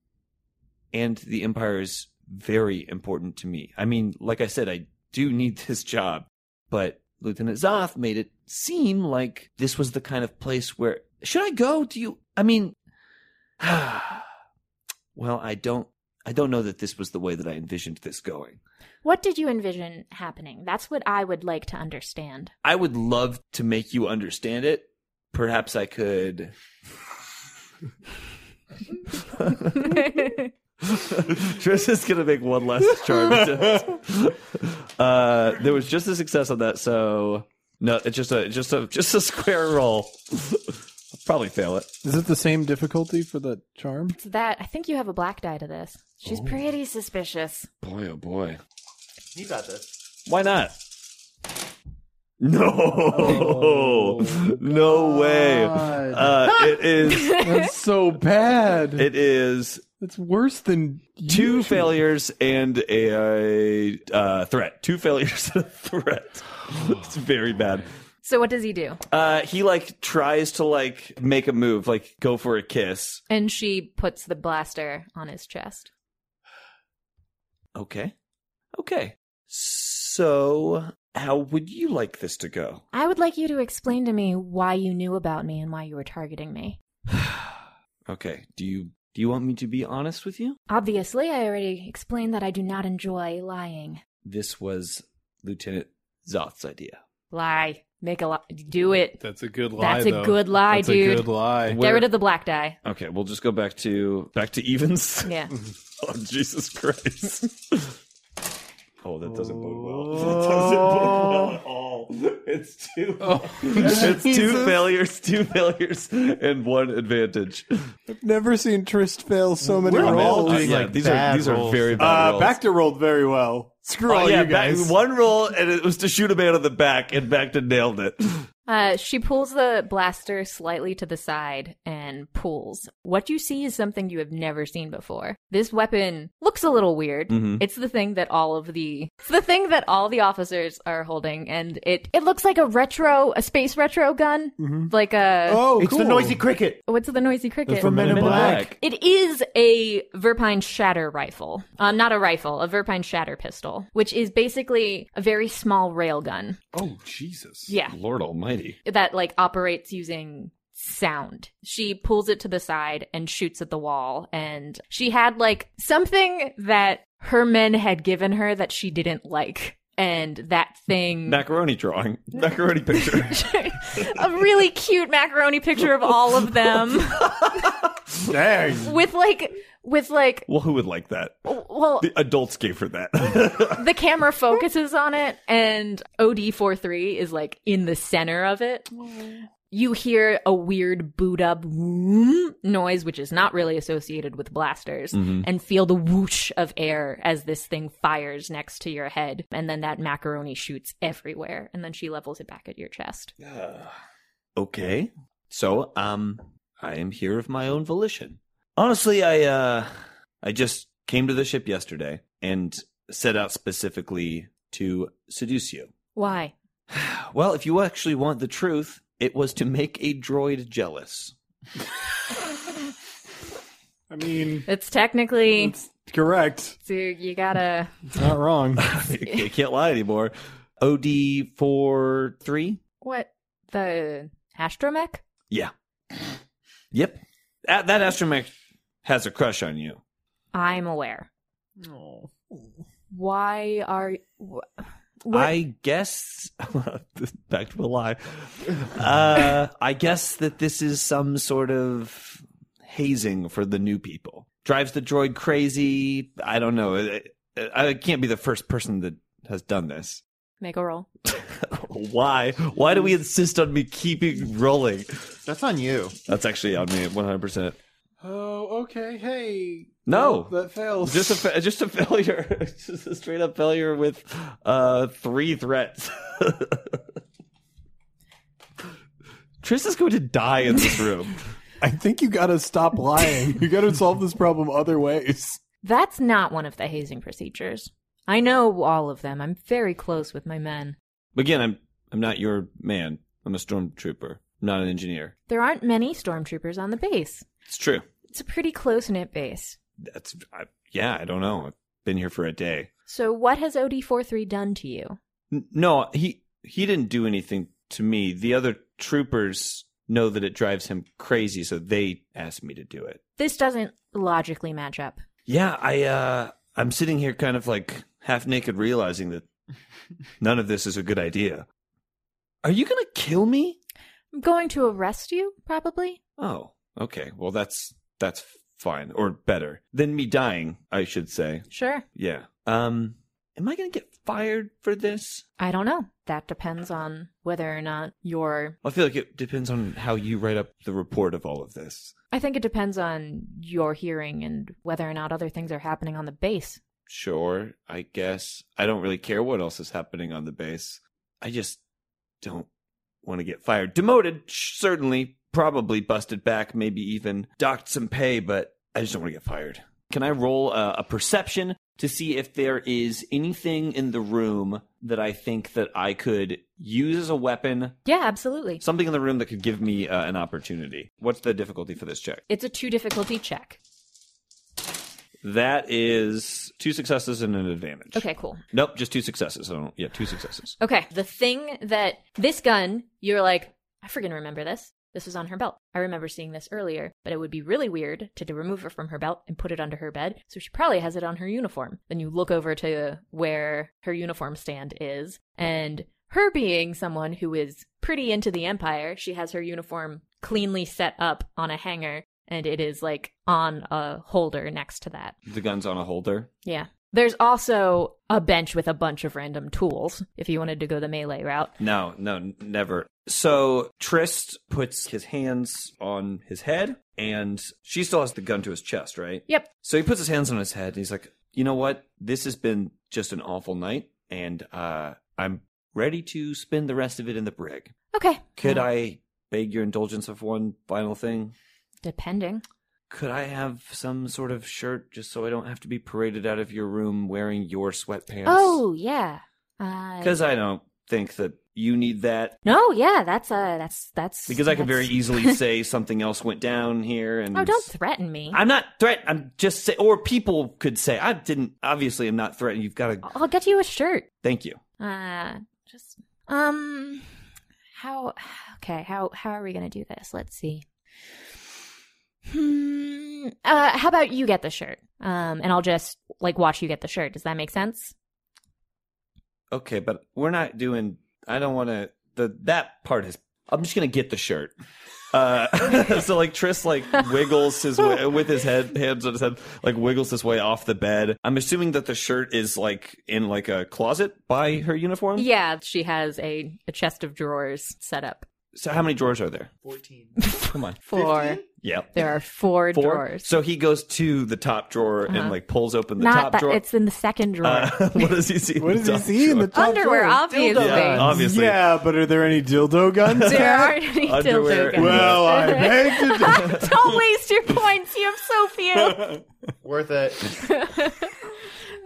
S6: and the empire is very important to me. I mean, like I said, I do need (laughs) this job, but Lieutenant Zoth made it seem like this was the kind of place where should I go? Do you? I mean, (sighs) well, I don't. I don't know that this was the way that I envisioned this going.
S3: What did you envision happening? That's what I would like to understand.
S6: I would love to make you understand it. Perhaps I could. (laughs) Trish is gonna make one last (laughs) charm. attempt. uh, there was just a success on that, so no, it's just a just a just a square roll. I'll probably fail it.
S7: (laughs) Is it the same difficulty for the
S3: (laughs)
S7: charm?
S3: So that I think you have a black die to this.
S7: Oh.
S3: She's pretty suspicious.
S6: Boy, oh boy,
S4: You got this.
S6: why not? No, (laughs) no way. Uh, it is.
S2: That's so bad.
S6: It is
S2: That's worse than
S6: two
S2: usual.
S6: failures and a uh, threat. Two failures and a threat. It's very bad.
S3: So what does he do?
S6: Uh, he like tries to like make a move, like go for a kiss.
S3: And she puts the blaster on his chest.
S6: Okay, okay. So, how would you like this to go?
S3: I would like you to explain to me why you knew about me and why you were targeting me.
S6: Okay. Do you do you want me to be honest with you?
S3: Obviously, I already explained that I do not enjoy lying.
S6: This was Lieutenant Zoth's idea.
S3: Lie. Make a lie. Do it.
S7: That's a good lie.
S3: That's a
S7: though.
S3: good lie,
S7: That's
S3: dude.
S7: a good lie.
S3: Get rid of the black die.
S6: Okay, we'll just go back to back to (laughs) evens.
S3: Yeah.
S6: Oh Jesus Christ! (laughs) oh, that doesn't bode well. (laughs) That doesn't bode well
S2: Oh.
S6: at all. It's two.
S2: (laughs)
S6: it's two failures, two failures, and one advantage.
S2: Never seen Trist fail so many
S7: We're all
S2: rolls.
S7: doing,
S6: yeah,
S7: like,
S6: these are
S7: bad
S6: these are
S7: rolls.
S6: very
S4: Oh,
S6: bad
S2: Uh,
S6: rolls.
S2: Bacta rolled very well. Screw
S6: Oh,
S2: all
S6: yeah,
S2: you guys.
S6: Back, one roll, and it was to shoot a man on the back, and Bacton nailed it.
S3: Uh, she pulls the blaster slightly to the side and pulls. What you see is something you have never seen before. This weapon looks a little weird. It's the thing that all of the it's the thing that all the officers are holding, and it it looks like a retro, a space retro gun, like a
S9: Oh,
S4: it's the
S2: (laughs)
S4: noisy cricket.
S3: what's the noisy cricket?
S4: from Men in Black.
S3: It is a Verpine shatter rifle. Um, not a rifle, a Verpine shatter pistol, which is basically a very small railgun.
S10: Oh, Jesus.
S3: Yeah.
S10: Lord Almighty.
S3: that like operates using sound. She pulls it to the side and shoots at the wall and she had like something that her men had given her that she didn't like and that thing
S6: Macaroni drawing, (laughs) macaroni picture.
S3: (laughs) a really cute macaroni picture of all of them
S4: Dang.
S3: with like with like
S6: well, who would like that?
S3: well
S6: The adults gave her that. (laughs)
S3: the camera focuses on it and OD43 is like in the center of it. You hear a weird boot up whoom noise, which is not really associated with blasters, and feel the whoosh of air as this thing fires next to your head. And then that macaroni shoots everywhere. And then she levels it back at your chest.
S6: okay. So, um, I am here of my own volition. Honestly, I, uh, I just came to the ship yesterday and set out specifically to seduce you.
S3: Why?
S6: Well, if you actually want the truth, it was to make a droid jealous. (laughs)
S7: I mean,
S3: It's technically,
S7: correct.
S3: so you gotta.
S7: It's not wrong.
S6: I can't lie anymore. OD four three.
S3: What? The astromech?
S6: Yeah. Yep. That, that astromech has a crush on you.
S3: I'm aware. Why are. wh- What-
S6: I guess (laughs) back to a lie. Uh, I guess that this is some sort of hazing for the new people. Drives the droid crazy. I don't know. I, I I can't be the first person that has done this. (laughs)
S3: Make a roll.
S6: Why? Why do we insist on me keeping rolling?
S4: That's on (laughs) you.
S6: That's actually on me, one hundred percent.
S7: Oh, okay. Hey.
S6: No.
S7: that fails.
S6: Just a fa- (laughs) just a failure, just a straight up failure with uh three threats. (laughs) Tris is going to die in this room.
S2: I think you gotta stop lying. you gotta solve this problem other ways.
S3: That's not one of the hazing procedures. I know all of them. I'm very close with my men.
S6: (laughs) Again, I'm I'm not your man. I'm a stormtrooper, I'm not an engineer.
S3: There aren't many stormtroopers on the base.
S6: It's true.
S3: It's a pretty close knit base.
S6: That's I, yeah. I don't know. I've been here for a day.
S3: So, what has OD43 done to you?
S6: N- no, he he didn't do anything to me. The other troopers know that it drives him crazy, so they asked me to do it.
S3: This doesn't logically match up.
S6: Yeah, I uh I'm sitting here kind of like half naked realizing that none of this is a good idea. Are you going to kill me?
S3: I'm going to arrest you, probably.
S6: Oh, okay. Well, that's that's fine or better than me dying, I should say.
S3: Sure.
S6: Yeah. Um am I going to get fired for this?
S3: I don't know. That depends on whether or not you're.
S6: I feel like it depends on how you write up the report of all of this.
S3: I think it depends on your hearing and whether or not other things are happening on the base.
S6: Sure, I guess. I don't really care what else is happening on the base. I just don't want to get fired. Demoted, certainly, probably busted back, maybe even docked some pay, but I just don't want to get fired. Can I roll a, a perception to see if there is anything in the room that I think that I could use as a weapon?
S3: Yeah, absolutely.
S6: Something in the room that could give me uh, an opportunity. What's the difficulty for this check?
S3: It's a two difficulty check.
S6: That is two successes and an advantage.
S3: Okay, cool.
S6: Nope, just two successes. I don't. Yeah, two successes.
S3: Okay. The thing that this gun, you're like, I freaking remember this. This was on her belt. I remember seeing this earlier, but it would be really weird to, to remove it from her belt and put it under her bed. So she probably has it on her uniform. Then you look over to where her uniform stand is, and her being someone who is pretty into the Empire, she has her uniform cleanly set up on a hanger, and it is like on a holder next to that.
S6: The gun's on a holder.
S3: Yeah. There's also a bench with a bunch of random tools if you wanted to go the melee route.
S6: No, no, n- never. So Trist puts his hands on his head, and she still has the gun to his chest, right?
S3: Yep.
S6: So he puts his hands on his head, and he's like, "You know what? This has been just an awful night, and uh, I'm ready to spend the rest of it in the brig.
S3: Okay.
S6: Could I beg your indulgence of one final thing?
S3: Depending.
S6: Could I have some sort of shirt just so I don't have to be paraded out of your room wearing your sweatpants?
S3: Oh yeah. Uh,
S6: Because I don't think that you need that.
S3: no, yeah, that's uh, that's that's
S6: Because I could very
S3: that's- (laughs)
S6: easily say something else went down here and
S3: Oh, don't threaten me.
S6: I'm not threat. I'm just say, or people could say, I didn't. Obviously, I'm not threatened. You've got to.
S3: I'll get you a shirt.
S6: Thank you.
S3: Uh, just um, how? Okay, how how are we gonna do this? Let's see. Hmm. Uh, how about you get the shirt? Um, and I'll just like watch you get the shirt. Does that make sense?
S6: Okay, but we're not doing. I don't want to. The that part is. I'm just gonna get the shirt. Uh, (laughs) so like Tris like wiggles his way with his head hands on his head like wiggles his way off the bed. I'm assuming that the shirt is like in like a closet by her uniform.
S3: Yeah, she has a a chest of drawers set up.
S6: So how many drawers are there? Fourteen. Come on.
S3: Four.
S6: Yep.
S3: There are four,
S6: Four.
S3: drawers. Uh-huh.
S6: So he goes to the top drawer and like pulls open the
S3: Not
S6: top
S3: that
S6: drawer.
S3: it's in the second drawer.
S6: Uh, (laughs) what does he see?
S2: What does he see in the top
S3: Underwear,
S2: drawer?
S3: obviously.
S6: Yeah, obviously.
S2: Yeah, but are there any dildo guns?
S3: (laughs) There aren't any dildo
S6: Underwear (laughs)
S3: guns.
S4: Oh,
S6: and-
S2: well, I beg to differ.
S3: Don't waste your points. You have so
S6: (laughs)
S3: few.
S4: Worth it.
S6: (laughs)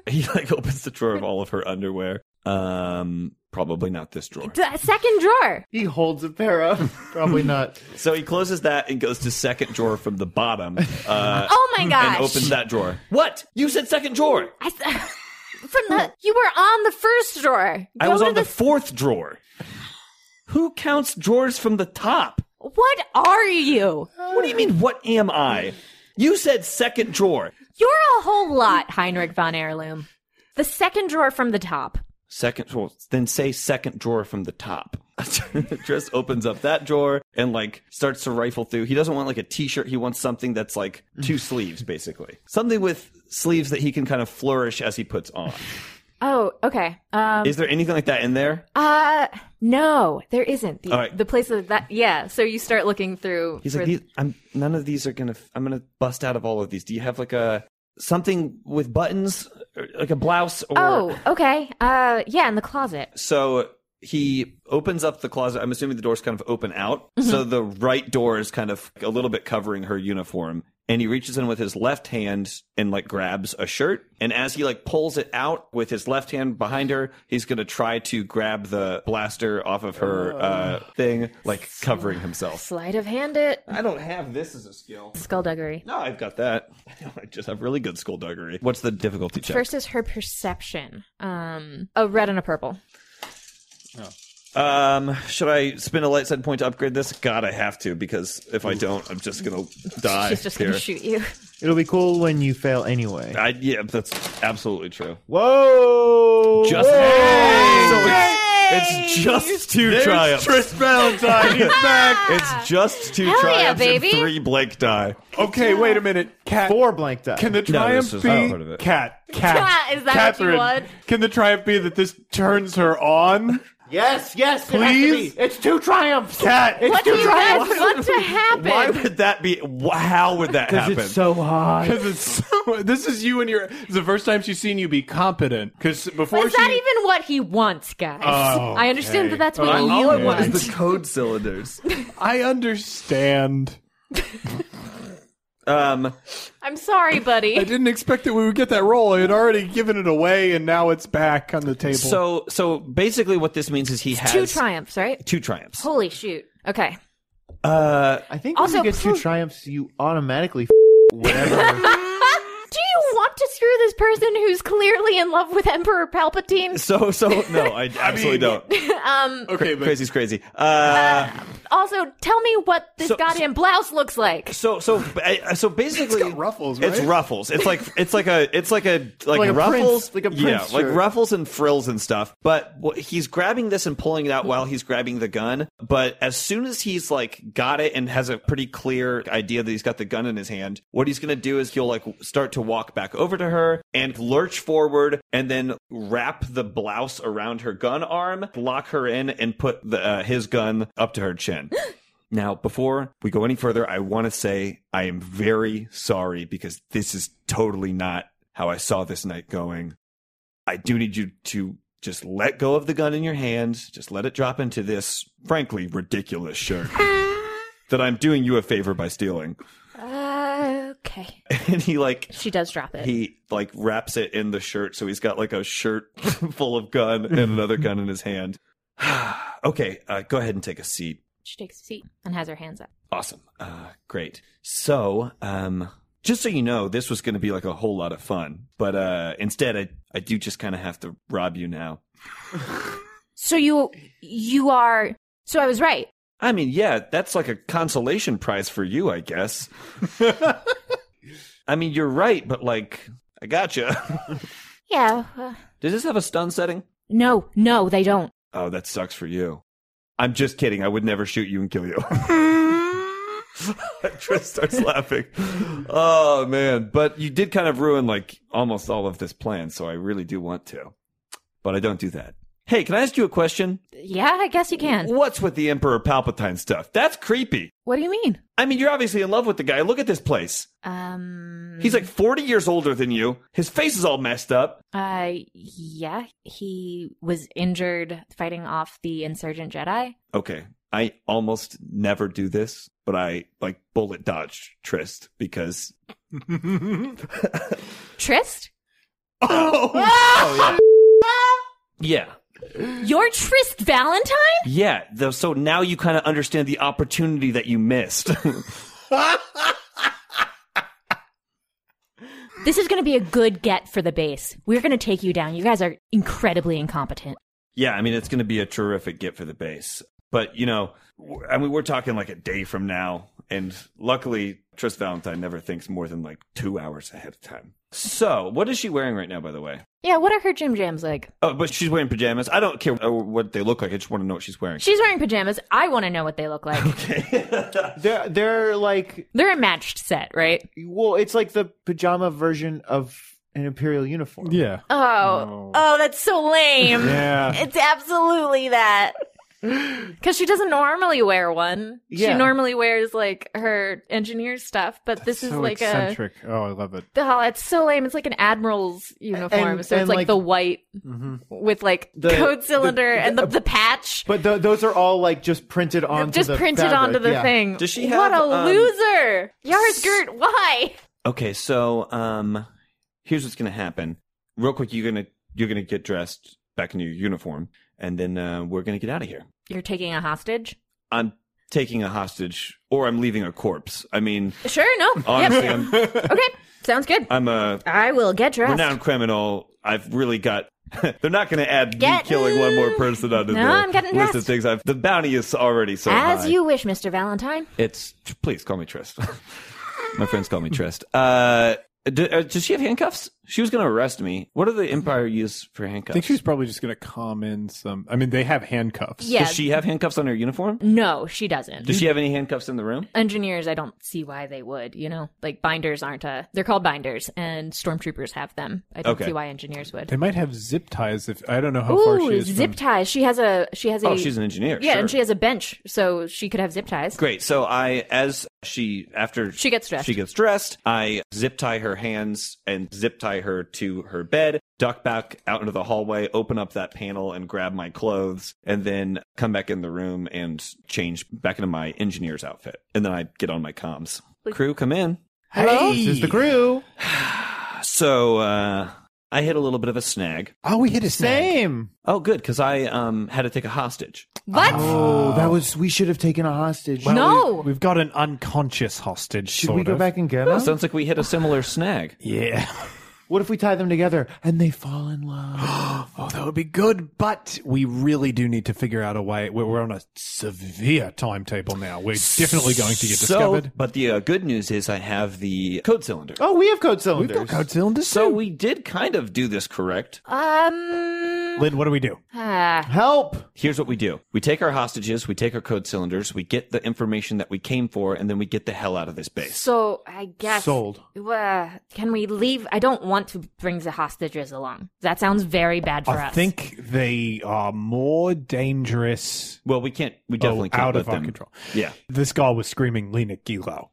S6: He like opens the drawer of all of her underwear. Um, probably not this drawer.
S3: D- second drawer.
S4: He holds a pair up. (laughs) Probably not.
S6: So he closes that and goes to second drawer from
S3: (laughs)
S6: the bottom. Uh,
S3: Oh my gosh.
S6: and opens that drawer. What? You said second drawer.
S3: I s- (laughs) from the you were on the first drawer.
S6: I
S3: Go
S6: was
S3: to
S6: on the
S3: s-
S6: fourth drawer. Who counts drawers from the top?
S3: what are you?
S6: What do you mean? What am I? You said second drawer.
S3: You're a whole lot, Heinrich von Heirloom. The second drawer from the top.
S6: second well, then say second drawer from the top (laughs) Triss opens up that drawer and like starts to rifle through he doesn't want like a t-shirt he wants something that's like
S3: (sighs)
S6: two sleeves basically something with sleeves that he can kind of flourish as he puts on
S3: Oh, okay. Um,
S6: is there anything like that in there
S3: uh, no, there isn't. The,
S6: All right.
S3: the place of that, yeah. So you start looking through.
S6: he's
S3: for-
S6: like these, i'm none of these are gonna f- i'm gonna bust out of all of these do you have like a something with buttons Or, like a blouse or
S3: oh, okay. Uh, yeah, in the closet.
S6: so he opens up the closet. I'm assuming the door's kind of open out. So the right door is kind of a little bit covering her uniform. And he reaches in with his left hand and like grabs a shirt. And as he like pulls it out with his left hand behind her, he's going to try to grab the blaster off of her uh, thing, like covering himself.
S3: Sleight of hand it.
S6: I don't have this as a skill.
S3: Skullduggery.
S6: No, I've got that. (laughs) I just have really good skullduggery. What's the difficulty check?
S3: First is her perception. Um, a red and a purple.
S6: Um, should I spend a light side point to upgrade this? God, I have to because if I don't, I'm just gonna
S3: (laughs)
S6: die.
S3: She's just
S6: here.
S3: gonna shoot
S6: (laughs)
S3: you.
S4: It'll be cool when you fail anyway.
S6: I, yeah, that's absolutely true.
S4: Whoa!
S6: Just so it's, it's
S3: Yay!
S6: just two triumphs.
S4: Tris
S3: (laughs)
S4: Valentine. He's back.
S6: it's just two
S3: Hell yeah,
S6: triumphs
S3: baby.
S6: and three blank die.
S2: (laughs) Okay, wait a minute. Cat.
S4: Four blank die.
S2: Can the
S6: this
S2: triumph
S6: is-
S2: be
S6: I don't heard of it.
S2: cat? Cat.
S3: Cat, is that what you
S2: Catherine,
S3: want?
S2: Can the triumph be that this turns her on? (laughs)
S4: yes, yes. it has to
S2: Please?
S4: be. It's two triumphs.
S2: Cat. It's
S3: What do you guys want to happen?
S6: Why would that be? wh- How would that happen?
S4: so high.
S2: Because it's so, this is you and your. It's the first time she's seen you be competent. Because before
S3: Is that
S2: she,
S3: even what he wants, guys?
S2: Oh,
S3: I
S2: okay.
S3: understand that that's what
S2: Well,
S3: you
S2: all I
S3: want.
S6: the code cylinders.
S2: I understand.
S6: (laughs) Um,
S3: I'm sorry,
S2: I
S6: (laughs)
S3: buddy.
S2: didn't expect that we would get that roll. I had already given it away, and now it's back on the table.
S6: so so basically, what this means is he has
S3: Two triumphs, right?
S6: Two triumphs.
S3: Holy shoot. Okay.
S6: Uh,
S4: I think
S3: Also,
S4: when you get two
S3: proof-
S4: triumphs, you automatically f-
S3: Do
S4: whatever.
S3: you want to screw this person who's clearly in love with Emperor Palpatine?
S6: so so no, I absolutely don't.
S2: okay, but
S6: Crazy's crazy. Uh,
S3: Also, tell me what this
S6: So-
S3: goddamn blouse looks like.
S6: so so
S4: (laughs)
S6: I- so basically,
S2: got ruffles,
S6: It's
S2: right?
S6: ruffles. It's like it's like a it's like a like,
S4: Like a
S6: ruffles,
S4: prince- like a
S6: yeah,
S4: prince
S6: like
S4: shirt.
S6: ruffles and frills and stuff. But wh- he's grabbing this and pulling it out while he's grabbing the gun. But as soon as he's like got it and has a pretty clear idea that he's got the gun in his hand, what he's gonna do is he'll like start to walk back over to her and lurch forward and then wrap the blouse around her gun arm, lock her in, and put the, uh, his gun up to her chin. Now, before we go any further, I want to say I am very sorry because this is totally not how I saw this night going. I do need you to Just let go of the gun in your hand. Just let it drop into this, frankly, ridiculous shirt that I'm doing you a favor by stealing. (laughs)
S3: Okay.
S6: And he, like,
S3: She does drop it.
S6: he like wraps it in the shirt so he's got like a shirt (laughs) full of gun and another gun in his hand (sighs) okay uh, go ahead and take a seat
S3: she takes a seat and has her hands up.
S6: Awesome. Uh, great. So, um, just so you know, this was going to be like a whole lot of fun, but uh, instead, I I do just kind of have to rob you now.
S3: So you you are so I was right.
S6: I mean, yeah, that's like a consolation prize for you, I guess. (laughs) I mean, you're right, but like, I gotcha. (laughs)
S3: Yeah. uh,
S6: Does this have a stun setting?
S3: no, no, they don't.
S6: Oh, that sucks for you. I'm just kidding. I would never shoot you and kill you. (laughs) Tris starts laughing. Oh man! But you did kind of ruin like almost all of this plan, so I really do want to, but I don't do that. Hey, can I ask you a question?
S3: Yeah, I guess you can.
S6: What's with the Emperor Palpatine stuff? That's creepy.
S3: What do you mean?
S6: I mean, you're obviously in love with the guy. Look at this place.
S3: Um
S6: He's like 40 years older than you. His face is all messed up.
S3: uh yeah, he was injured fighting off the insurgent Jedi.
S6: okay i almost never do this but i like bullet dodged trist because
S3: Trist?
S6: yeah
S3: Your Trist Valentine?
S6: yeah though so now you kind of understand the opportunity that you missed (laughs)
S3: This is going to be a good get for the base. We're going to take you down. You guys are incredibly incompetent.
S6: yeah i mean it's going to be a terrific get for the base but you know w- i mean we're talking like a day from now and luckily trist valentine never thinks more than like two hours ahead of time so what is she wearing right now by the way
S3: Yeah, what are her Jim Jams like?
S6: oh but she's wearing pajamas i don't care uh, what they look like i just want to know what she's wearing (laughs)
S3: She's wearing pajamas. I want to know what they look like.
S6: (laughs)
S4: They're they're like
S3: They're a matched set, right?
S4: well, it's like the pajama version of an imperial uniform.
S7: Yeah.
S1: Oh, oh, that's so lame.
S7: Yeah.
S1: It's absolutely that.
S3: Because she doesn't normally wear one. She
S4: Yeah.
S3: normally wears like her engineer stuff, but this is
S7: so
S3: like
S7: eccentric. Oh, I love it.
S3: a. Oh, it's so lame. It's like an admiral's uniform.
S4: And-
S3: so it's
S4: and,
S3: like,
S4: like- mm-hmm.
S3: the white with like
S4: The-
S3: code
S4: the-
S3: cylinder
S4: the-
S3: and the, the patch.
S4: But th- those are all like just printed onto
S3: just
S4: the
S3: printed
S4: fabric,
S3: onto the
S4: yeah.
S3: thing.
S6: Does she
S3: what
S6: have,
S3: a
S6: um,
S3: loser! Yarskirt, why?
S6: Okay, so um here's what's gonna happen. Real quick, you're gonna you're gonna get dressed back in your uniform, and then uh, we're gonna get out of here.
S3: You're taking a hostage?
S6: I'm taking a hostage, or I'm leaving a corpse. I mean,
S3: Sure, no.
S6: honestly,
S3: yep.
S6: I'm
S3: okay, sounds good.
S6: I'm a
S3: I will get dressed.
S6: renowned criminal. I've really got. (laughs) They're not going to add
S3: Get-
S6: me killing one more person onto
S3: No,
S6: the
S3: I'm getting
S6: list of
S3: dressed.
S6: things. I've the bounty is already so
S3: As
S6: high.
S3: you wish, Mr. Valentine.
S6: It's please call me Trist. (laughs) My friends call me Trist. Uh, do, uh, does she have handcuffs? She was going to arrest me. What do the Empire use for
S7: I
S6: handcuffs?
S7: think she's probably just going to calm in some. I mean, they have handcuffs.
S3: Yeah. Mm-hmm.
S6: Does she have handcuffs on her uniform?
S3: No, she doesn't.
S6: Does she have any handcuffs in the room?
S3: Engineers, I don't see why they would, you know? Like, binders aren't a. They're called binders, and stormtroopers have them. I don't
S6: Okay.
S3: see why engineers would.
S7: They might have zip ties if I don't know how far she
S3: Ooh,
S7: is.
S3: zip
S7: from,
S3: ties. She has a. She has a.
S6: Oh, she's an engineer.
S3: yeah,
S6: sure.
S3: and she has a bench, so she could have zip ties.
S6: Great. So I, as she after
S3: She gets dressed.
S6: she gets dressed, I zip tie her hands and zip tie her to her bed. Duck back out into the hallway, open up that panel and grab my clothes, and then come back in the room and change back into my engineer's outfit. And then I get on my comms. Crew, come in.
S4: Hey, this is the crew.
S6: So uh, I hit a little bit of a snag.
S2: Oh, we hit a snag.
S4: Same.
S6: Oh, good, because I um, had to take a hostage.
S3: What?
S4: Oh, that was we should have taken a hostage.
S7: Well,
S3: No.
S7: we- We've got an unconscious hostage.
S4: should
S7: sort
S4: we go
S7: of.
S4: back and get them?
S6: Sounds like we hit a similar snag.
S2: Yeah. (gasps)
S4: What if we tie them together and they fall in love?
S2: Oh, that would be good, but we really do need to figure out a way. We're, we're on a severe timetable now. We're definitely going to get
S6: So,
S2: discovered.
S6: but the uh, good news is I have the code cylinder.
S4: Oh, we have code
S2: We've
S4: cylinders.
S2: got code cylinders.
S6: So
S2: too.
S6: we did kind of do this correct.
S3: Um.
S2: Lynn, what do we do?
S3: ah.
S4: Help!
S6: Here's what we do. We take our hostages, we take our code cylinders, we get the information that we came for, and then we get the hell out of this base.
S3: so, I guess.
S4: Sold.
S3: Uh, can we leave? I don't want to bring the hostages along. That sounds very bad for
S2: I
S3: us.
S2: think they are more dangerous.
S6: Well, we can't, we definitely
S2: oh,
S6: can't
S2: out
S6: let
S2: of our
S6: them-
S2: control.
S6: Yeah.
S2: This guy was screaming Lena Gilo.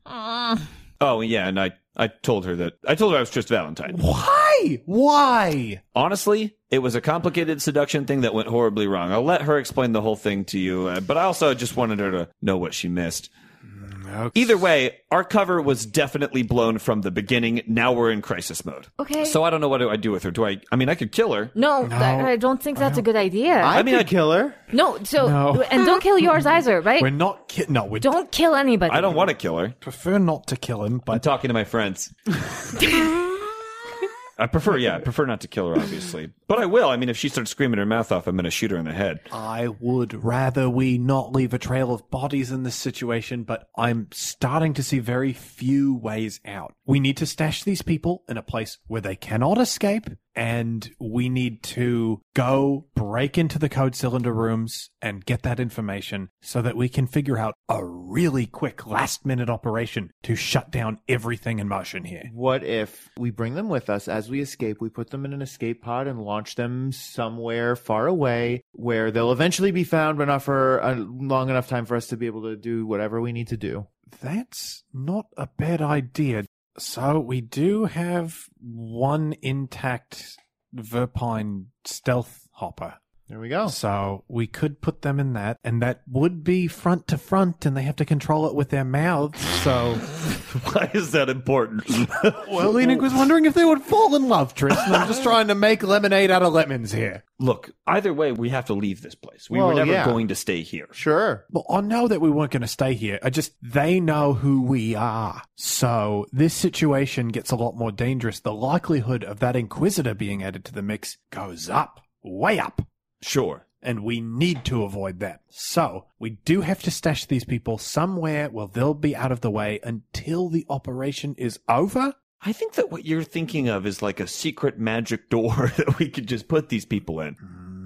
S6: Oh, yeah, and I I told her that. I told her I was Trist Valentine.
S9: Why? Why?
S6: Honestly, it was a complicated seduction thing that went horribly wrong. I'll let her explain the whole thing to you, uh, but I also just wanted her to know what she missed. Either way, our cover was definitely blown from the beginning. Now we're in crisis mode.
S1: Okay.
S6: So I don't know what do I do with her. Do I? I mean, I could kill her.
S1: no, I, I don't think that's a good idea.
S4: I,
S6: mean,
S4: mean,
S6: I-
S4: could kill her.
S1: no, so
S2: No.
S1: and don't kill yours either, right?
S2: We're not kidding. No, we
S1: don't kill anybody.
S6: I don't want to kill her.
S2: prefer not to kill him,
S6: I'm
S2: but
S6: talking to
S4: (laughs)
S6: my friends. I prefer, yeah, I prefer not to kill her, obviously. But I will. I mean, if she starts screaming her mouth off, I'm going to shoot her in the head. (laughs)
S2: I would rather we not leave a trail of bodies in this situation, but I'm starting to see very few ways out. We need to stash these people in a place where they cannot escape, and we need to go break into the code cylinder rooms and get that information so that we can figure out a really quick last minute operation to shut down everything in motion here.
S4: What if we bring them with us as we escape? We put them in an escape pod and launch them somewhere far away where they'll eventually be found, but not for a long enough time for us to be able to do whatever we need to do.
S2: That's not a bad idea. So we do have one intact Verpine stealth hopper.
S4: There we
S2: Oh.
S4: go.
S2: So we could put them in that, and that would be front to front, and they have to control it with their mouths. So,
S6: Why is that important?
S2: well, Lenik was wondering if they would fall in love, Tristan. I'm just trying to make lemonade out of lemons here.
S6: Look, either way, we have to leave this place. We were
S4: Well,
S6: never
S4: yeah.
S6: going to stay here.
S4: Sure.
S2: Well, I know that we weren't going to stay here. I just, they know who we are. So this situation gets a lot more dangerous. The likelihood of that Inquisitor being added to the mix goes up, way up.
S6: Sure.
S2: and we need to avoid that. So we do have to stash these people somewhere where they'll be out of the way until the operation is over.
S6: I think that what you're thinking of is like a secret magic door (laughs) that we could just put these people in.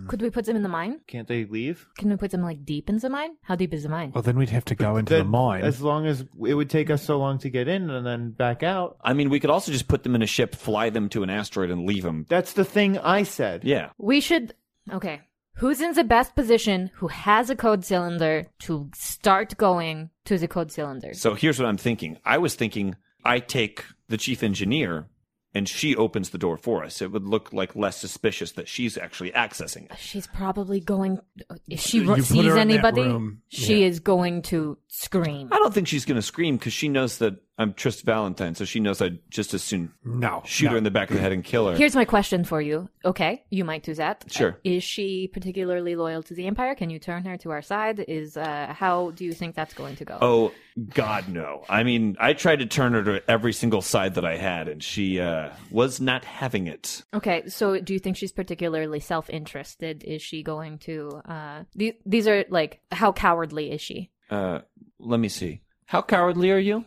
S3: Could we put them in the mine?
S4: Can't they leave?
S3: Can we put them like deep into the mine? How deep is the mine?
S2: Well, then we'd have to go into the
S4: That-
S2: mine.
S4: As long as it would take us so long to get in and then back out.
S6: I mean, we could also just put them in a ship, fly them to an asteroid, and leave them.
S4: That's the thing I said.
S6: Yeah.
S3: We should. Okay. Who's in the best position who has a code cylinder to start going to the code cylinder?
S6: So here's what I'm thinking. I was thinking I take the chief engineer and she opens the door for us. It would look like less suspicious that she's actually accessing it.
S3: She's probably going. If she
S2: You
S3: ro-
S2: put
S3: sees
S2: her in that
S3: anybody,
S2: room.
S3: she
S2: Yeah.
S3: is going to scream.
S6: I don't think she's going to scream because she knows that I'm Trist Valentine, so she knows I'd just as soon
S2: no,
S6: shoot her in the back of the head and kill her.
S3: Here's my question for you. Okay, you might do that. Uh,
S6: Sure.
S3: Is she particularly loyal to the Empire? Can you turn her to our side? Is uh, how do you think that's going to go?
S6: oh, God, no. I mean, I tried to turn her to every single side that I had, and she uh, was not having it.
S3: Okay, so do you think she's particularly self-interested? Is she going to? Uh, the- these are like how cowardly is she?
S6: Uh, let me see. How cowardly are you?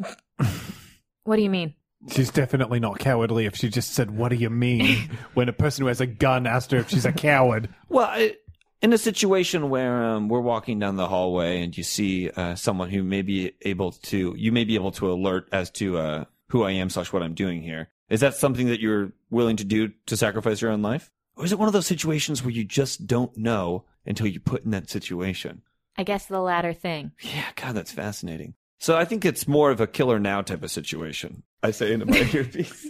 S3: What do you mean?
S2: she's definitely not cowardly if she just said, What do you mean? when a person who has a gun asked her if she's a coward.
S6: Well, I, in a situation where um, we're walking down the hallway and you see uh, someone who may be able to, you may be able to alert as to uh, who I am slash what I'm doing here. Is that something that you're willing to do to sacrifice your own life? Or is it one of those situations where you just don't know until you're put in that situation?
S3: I guess the latter thing.
S6: Yeah, God, that's fascinating. So I think it's more of a killer now type of situation. I say into my earpiece.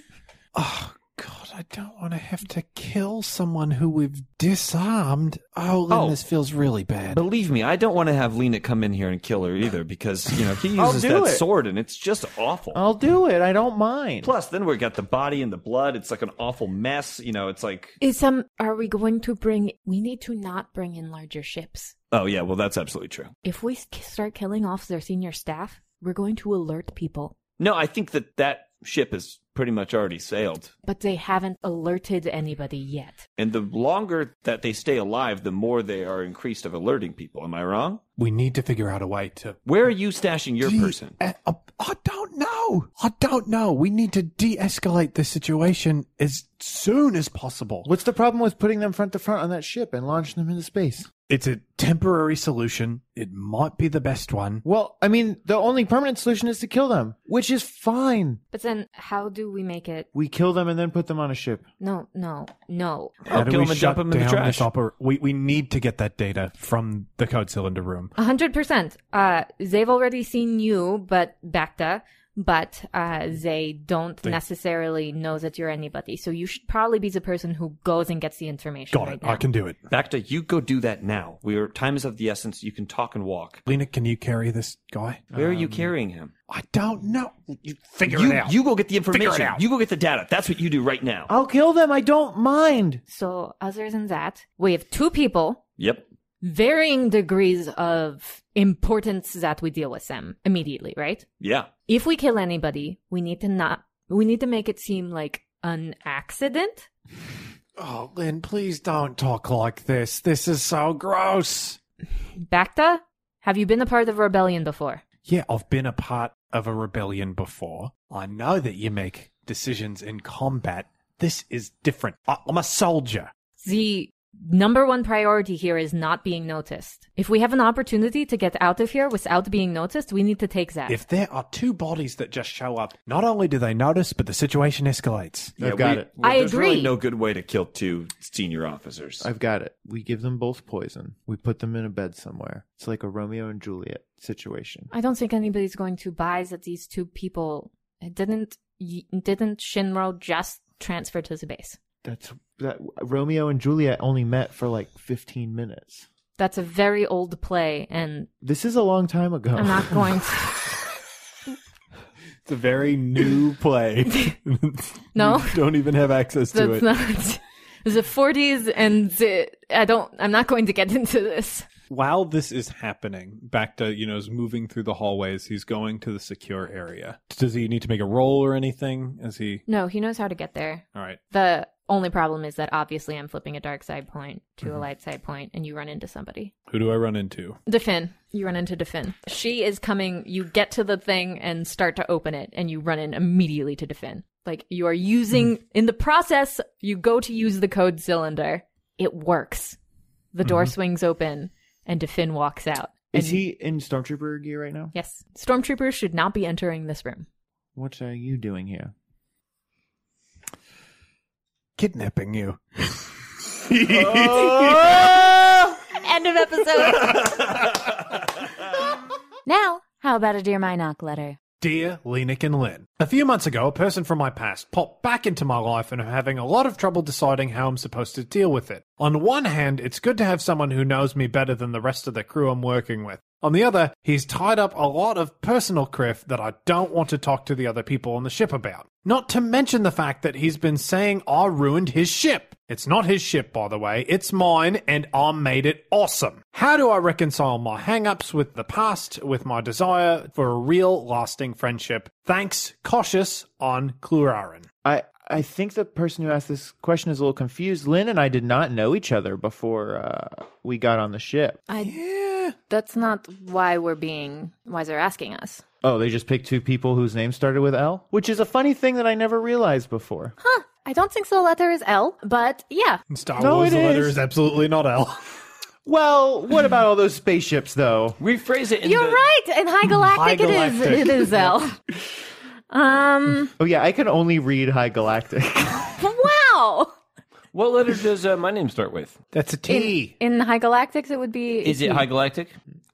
S2: Oh, God, I don't want to have to kill someone who we've disarmed. Oh, Lynn,
S6: Oh.
S2: this feels really bad.
S6: Believe me, I don't want to have Lena come in here and kill her either because, you know, he
S4: I'll
S6: uses
S4: do
S6: that
S4: it. Oh.
S6: sword and it's just awful.
S4: I'll do it. I don't mind.
S6: Plus, then we got the body and the blood. It's like an awful mess. You know, it's like.
S3: Is um, are we going to bring? We need to not bring in larger ships.
S6: Oh, yeah, well, that's absolutely true.
S3: If we s- start killing off their senior staff, we're going to alert people.
S6: No, I think that that ship is pretty much already sailed.
S3: But they haven't alerted anybody yet.
S6: And the longer that they stay alive, the more they are increased of alerting people. Am I wrong?
S2: we need to figure out a way to
S6: Where are you stashing your
S2: De-
S6: person?
S2: uh, uh, I don't know. I don't know. We need to de escalate this situation as soon as possible.
S4: What's the problem with putting them front to front on that ship and launching them into space?
S2: It's a temporary solution. It might be the best one.
S4: Well, I mean, the only permanent solution is to kill them, which is fine.
S3: But then, how do we make it?
S4: We kill them and then put them on a ship.
S3: No, no, no.
S6: Oh, kill him and dump him in the
S2: down
S6: trash.
S2: this oper- we, we need to get that data from the code cylinder room.
S3: A hundred percent. Uh, they've already seen you, but Bacta. but uh, they don't necessarily know that you're anybody. So you should probably be the person who goes and gets the information.
S2: Got
S3: right
S2: it.
S3: now.
S2: I can do it.
S6: Bacta, you go do that now. We are time is of the essence. You can talk and walk.
S2: Lena, can you carry this guy?
S6: Where are you carrying him?
S2: I don't know. You figure
S6: you,
S2: it out.
S6: you go get the information.
S2: out.
S6: You go get the data. That's what you do right now.
S4: I'll kill them. I don't mind.
S3: So other than that, we have two people
S6: Yep.
S3: varying degrees of importance that we deal with them immediately, right?
S6: Yeah.
S3: If we kill anybody, we need to not we need to make it seem like an accident.
S2: oh, Lynn, please don't talk like this. This is so gross.
S3: Bacta, have you been a part of a rebellion before?
S2: Yeah, I've been a part of a rebellion before. I know that you make decisions in combat. This is different. I- I'm a soldier.
S3: The number one priority here is not being noticed. If we have an opportunity to get out of here without being noticed, we need to take that.
S2: If there are two bodies that just show up, not only do they notice, but the situation escalates.
S4: I've got it.
S3: I
S6: there's
S3: agree.
S6: Really no good way to kill two senior officers.
S4: I've got it. We give them both poison. We put them in a bed somewhere. It's like a Romeo and Juliet situation.
S3: I don't think anybody's going to buy that these two people didn't didn't Shinro just transfer to the base.
S4: That's that Romeo and Juliet only met for like 15 minutes.
S3: That's a very old play, and
S4: This is a long time ago.
S7: Oh.
S3: I'm not going to.
S7: (laughs) It's a very new play. (laughs)
S3: No,
S7: You don't even have access to
S3: that's
S7: it.
S3: not. (laughs) The 40s and the, I don't. I'm not going to get into this.
S7: While this is happening, Bacta, you know, is moving through the hallways. He's going to the secure area. Does he need to make a roll or anything? Is he
S3: No, he knows how to get there.
S7: all right?
S3: The only problem is that obviously I'm flipping a dark side point to a light side point, and you run into somebody.
S7: Who do I run into?
S3: Defin, you run into Defin. She is coming. You get to the thing and start to open it, and you run in immediately to Defin. Like you are using in the process, you go to use the code cylinder. It works. The door swings open, and Defin walks out.
S4: Is
S3: And-
S4: he in stormtrooper gear right now?
S3: Yes, stormtroopers should not be entering this room.
S4: What are you doing here?
S2: Kidnapping you.
S1: End of episode. (laughs) now, how about a Dear Minoc letter?
S2: Dear Lenik and Lynn, a few months ago, a person from my past popped back into my life, and I'm having a lot of trouble deciding how I'm supposed to deal with it. On one hand, it's good to have someone who knows me better than the rest of the crew I'm working with. On the other, he's tied up a lot of personal criff that I don't want to talk to the other people on the ship about. Not to mention the fact that he's been saying I ruined his ship. It's not his ship, by the way, it's mine, and I made it awesome. How do I reconcile my hang ups with the past with my desire for a real, lasting friendship? Thanks, cautious on Clurarin.
S4: I I think the person who asked this question is a little confused. Lynn and I did not know each other before uh, we got on the ship.
S3: I. That's not why we're being. Why they're asking us.
S4: Oh, they just picked two people whose names started with L, which is a funny thing that I never realized before.
S3: I don't think the letter is L, but yeah.
S2: Star
S4: No,
S2: Wars
S4: it
S2: the letter
S4: is.
S2: is absolutely not L.
S4: Well, what about all those spaceships though?
S6: Rephrase it. In
S1: You're
S6: the-
S1: right. In High Galactic,
S2: High
S1: it is.
S2: Galactic.
S1: It is L.
S3: (laughs)
S1: Um.
S4: Oh yeah, I can only read High Galactic.
S1: Wow.
S6: What letter does uh, my name start with?
S2: That's a T.
S3: In High Galactics, it would be.
S6: Is it High Galactic?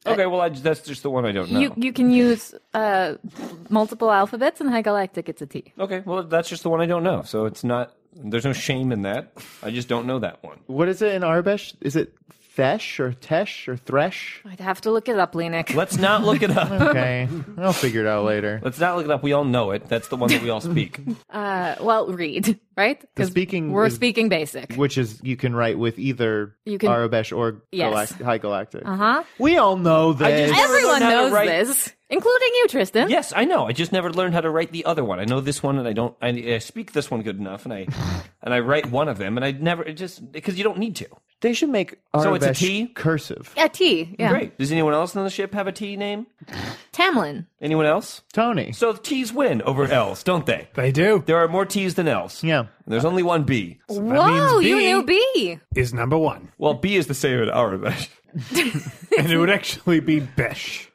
S6: Okay, well, I, that's just the one I don't know.
S3: You you can use uh, multiple alphabets in High Galactic. It's a T.
S6: okay, well, that's just the one I don't know. So it's not. There's no shame in that. I just don't know that one.
S4: what is it in Arbesh? Is it Thesh or Tesh or Thresh?
S3: I'd have to look it up, Lenik.
S6: Let's not look it
S3: (laughs)
S6: up.
S4: Okay, I'll figure it out later.
S6: Let's not look it up. We all know it. That's the one that we all speak.
S3: (laughs) Uh, (laughs) well, read right
S4: The speaking
S3: we're
S4: is-
S3: speaking basic.
S4: Which is you can write with either
S3: You can-
S4: Arabesh or
S3: Yes.
S4: Galact- High Galactic.
S3: Uh huh.
S4: We all know this.
S6: just-
S3: Everyone
S6: Now to
S3: knows
S6: write-
S3: this, including you, Tristan.
S6: yes, I know. I just never learned how to write the other one. I know this one, and I don't. I, I speak this one good enough, and I and I write one of them, and I never it just because you don't need to.
S4: They should make Arabesh
S6: So it's a T?
S4: cursive.
S3: A T. Yeah.
S6: Great. Does anyone else on the ship have a T name?
S3: Tamlin.
S6: Anyone else?
S4: Tony.
S6: So the T's win over L's, don't they?
S2: They do.
S6: There are more T's than L's.
S4: Yeah.
S6: There's only one B.
S3: Whoa,
S2: means
S3: you
S2: B.
S3: knew B.
S2: Is number one.
S6: Well, B is the same in Arabesh.
S2: and it would actually be
S4: (laughs)
S2: Besh.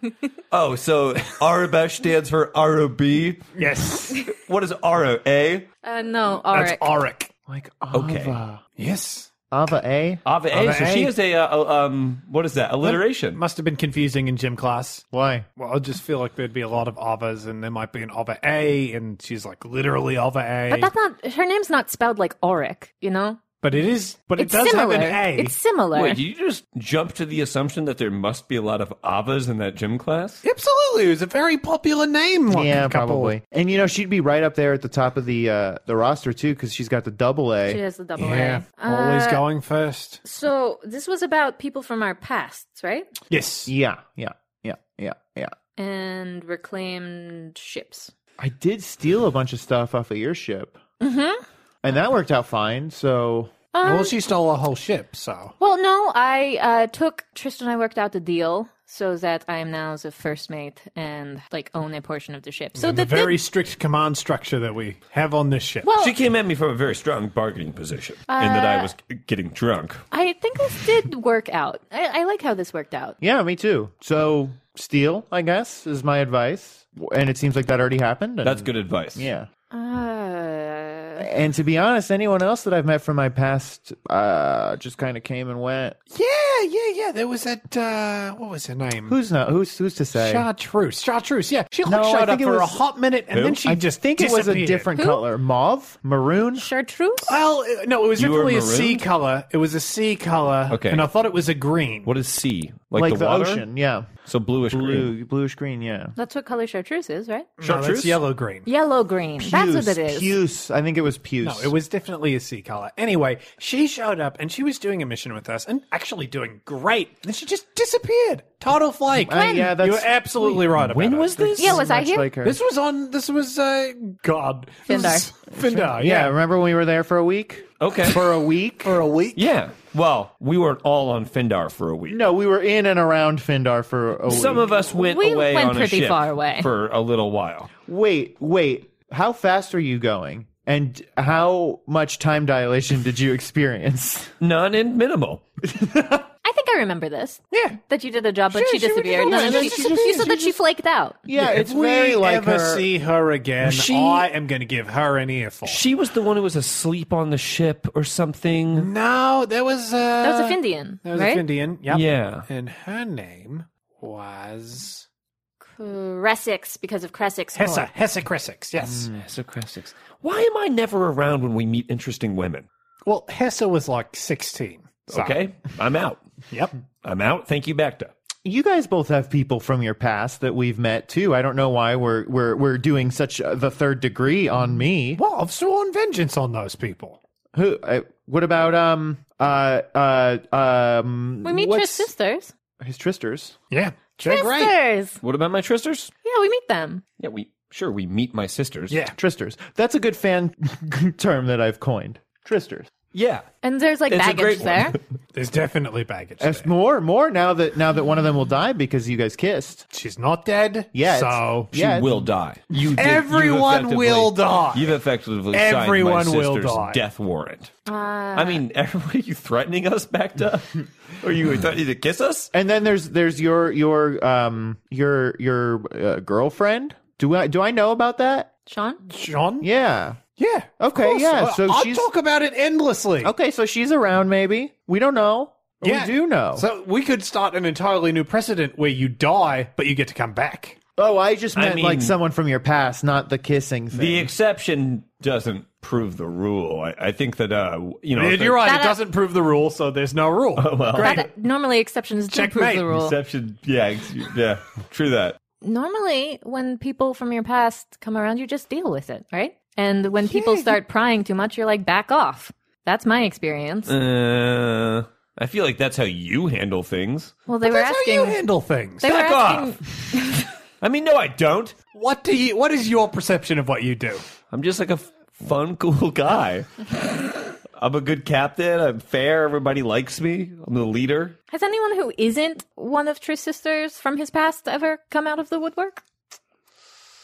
S6: Oh, so (laughs) Arabesh stands for R-O-B.
S2: Yes.
S6: What is R-O-A?
S3: Uh, no,
S2: That's
S3: Auric.
S2: Auric.
S4: Like
S6: Okay.
S4: Ava.
S2: Yes.
S4: Ava A?
S6: Ava A.
S7: Ava
S6: so
S7: A.
S6: she is a uh, uh, um, what is that? Alliteration.
S7: Must have been confusing in gym class.
S4: Why?
S7: Well, I just feel like there'd be a lot of Avas, and there might be an Ava A, and she's like literally Ava A.
S3: But that's not her name's not spelled like Auric, you know?
S7: But it is, but it
S3: it's
S7: does
S3: similar.
S7: have an A.
S3: It's similar.
S6: Wait, you just jump to the assumption that there must be a lot of Avas in that gym class?
S7: Absolutely, it was a very popular name. like,
S4: Yeah,
S7: couple.
S4: probably. And you know, she'd be right up there at the top of the uh, the roster too, because she's got the double A.
S3: She has the double
S7: Yeah,
S3: A.
S7: always
S3: Uh,
S7: going first.
S3: So this was about people from our pasts, right?
S7: Yes,
S4: Yeah, yeah, yeah, yeah, yeah.
S3: And reclaimed ships.
S4: I did steal a bunch of stuff off of your ship,
S3: Mm-hmm.
S4: and that worked out fine. So
S3: Um,
S7: well, she stole a whole ship, so
S3: well, no, I uh, took Tristan and I worked out the deal so that I am now the first mate and like own a portion of the ship. So
S7: And the,
S3: the,
S7: very strict command structure that we have on this ship.
S3: well,
S6: She came at me from a very strong bargaining position, in that
S3: Uh,
S6: I was getting drunk.
S3: I think this did work out. I, I like how this worked out.
S4: yeah, me too. So steal, I guess, is my advice. And it seems like that already happened. and-
S6: That's good advice.
S4: Yeah.
S3: Uh,
S4: And to be honest, anyone else that I've met from my past uh, just kind of came and went.
S7: yeah, yeah, yeah. There was that. Uh, what was her name?
S4: Who's not? Who's who's to say?
S7: Chartreuse. Chartreuse. Yeah, she like,
S4: No, I
S7: showed up
S4: think it
S7: for a
S4: was-
S7: hot minute, and
S6: Who?
S7: then she
S4: I
S7: just
S4: think it was a
S7: disappeared.
S4: different color, mauve, maroon.
S3: chartreuse?
S7: Well, uh, no, it was
S6: You were
S7: definitely a sea
S6: marooned?
S7: color. It was a sea color.
S6: Okay.
S7: and I thought it was a green.
S6: What is C? Like,
S4: Like,
S6: the,
S4: the,
S6: water?
S4: ocean, yeah.
S6: So bluish green.
S4: Blue, bluish green, yeah.
S3: That's what color chartreuse is, right?
S7: No,
S6: Chartreuse?
S7: that's yellow green.
S3: Yellow green. That's what it is.
S4: Puce. I think it was puce.
S7: No, Oh, it was definitely a sea color. Anyway, she showed up and she was doing a mission with us and actually doing great. And then she just disappeared. Total flake.
S4: Uh, yeah, that's-
S7: you were absolutely right about
S6: When
S7: it.
S6: was this?
S3: Yeah, was I here?
S4: Like her.
S7: This was on. This was uh, God. This
S3: Findar.
S7: was- Findar.
S4: uh, yeah,
S7: Yeah.
S4: remember when we were there for a week?
S6: Okay.
S4: For a week?
S7: For a week.
S6: yeah. Well, we weren't all on Findar for a week.
S4: no, we were in and around Findar for a week.
S6: Some of us went
S3: We
S6: away
S3: went
S6: on a
S3: pretty
S6: ship
S3: far away.
S6: for a little while.
S4: Wait, wait. How fast are you going? And how much time dilation did you experience?
S6: None and minimal.
S3: I think I remember this.
S7: Yeah.
S3: That you did a job, but
S7: Sure,
S3: she
S7: she really
S3: disappeared.
S7: did.
S3: No, no,
S7: She
S3: no,
S7: just
S3: she-
S7: disappeared.
S3: you said that she flaked out.
S4: Yeah,
S7: if
S4: it's very
S7: we
S4: like
S7: ever
S4: her.
S7: see her again,
S6: She-
S7: I am going to give her an earful.
S6: She was the one who was asleep on the ship or something.
S7: no, there was. Uh,
S3: That was a Findian,
S7: That was
S3: right?
S7: a Findian. Yep.
S6: Yeah.
S7: And her name was
S3: Cressix, because of Cressix.
S7: Hessa. Hessa Cressix. Yes.
S6: Mm. Hesocrasix. Why am I never around when we meet interesting women?
S7: Well, Hessa was like 16. so-
S6: Okay, I'm out.
S7: Yep.
S6: I'm out. Thank you, Bacta.
S4: You guys both have people from your past that we've met too. I don't know why we're we're we're doing such uh, the third degree on me.
S7: Well, I've sworn vengeance on those people.
S4: Who? Uh, what about um uh uh um?
S3: We meet Tris
S4: what's-
S3: sisters.
S4: His tristers.
S7: Yeah.
S3: Tris sisters.
S6: What about my tristers?
S3: Yeah, we meet them.
S6: Yeah, we sure we meet my sisters.
S7: Yeah.
S4: Tristers. That's a good fan (laughs) term that I've coined. Tristers.
S6: yeah.
S3: And there's like
S6: It's a great
S3: baggage
S6: one. (laughs)
S3: there.
S7: There's definitely baggage.
S4: That's
S7: there.
S4: more, more now that now that one of them will die because you guys kissed.
S7: She's not dead.
S4: Yeah, it's-
S7: So
S6: She
S4: Yeah.
S6: will die. You did-
S7: Everyone
S6: you've effectively-
S7: will die.
S6: You've effectively
S7: Everyone
S6: signed my
S7: will
S6: sister's
S7: die.
S6: death warrant. I mean, (laughs) are you threatening us, Bacta? are you threatening to kiss us?
S4: And then there's there's your your um your your uh, girlfriend. Do I do I know about that?
S3: Sean?
S7: John?
S4: Yeah.
S7: Yeah. of
S4: Okay,
S7: course.
S4: yeah,
S7: Well,
S4: so
S7: I'll
S4: she's-
S7: talk about it endlessly.
S4: Okay, so she's around. Maybe we don't know. Or
S7: Yeah.
S4: We do know.
S7: So we could start an entirely new precedent where you die, but you get to come back.
S4: oh, I just
S6: I
S4: meant like
S6: mean-
S4: someone from your past, not the kissing thing.
S6: The exception doesn't prove the rule. I, I think that uh, you know, if
S7: You're right.
S3: That-
S7: it doesn't prove the rule, so there's no rule. Great.
S3: That- uh, normally exceptions do prove
S7: Checkmate.
S3: the rule.
S6: Exception, yeah, ex- yeah, true that.
S3: normally when people from your past come around you just deal with it right and when people start prying too much you're like back off that's my experience
S6: Uh, I feel like that's how you handle things.
S3: well they were
S7: That's
S3: asking
S7: how you handle things.
S3: they
S6: Back
S3: were asking
S6: (laughs) I mean, no, I don't.
S7: What do you? What is your perception of what you do?
S6: I'm just like a f- fun, cool guy. I'm a good captain. I'm fair. Everybody likes me. I'm the leader.
S3: has anyone who isn't one of Tris sisters from his past ever come out of the woodwork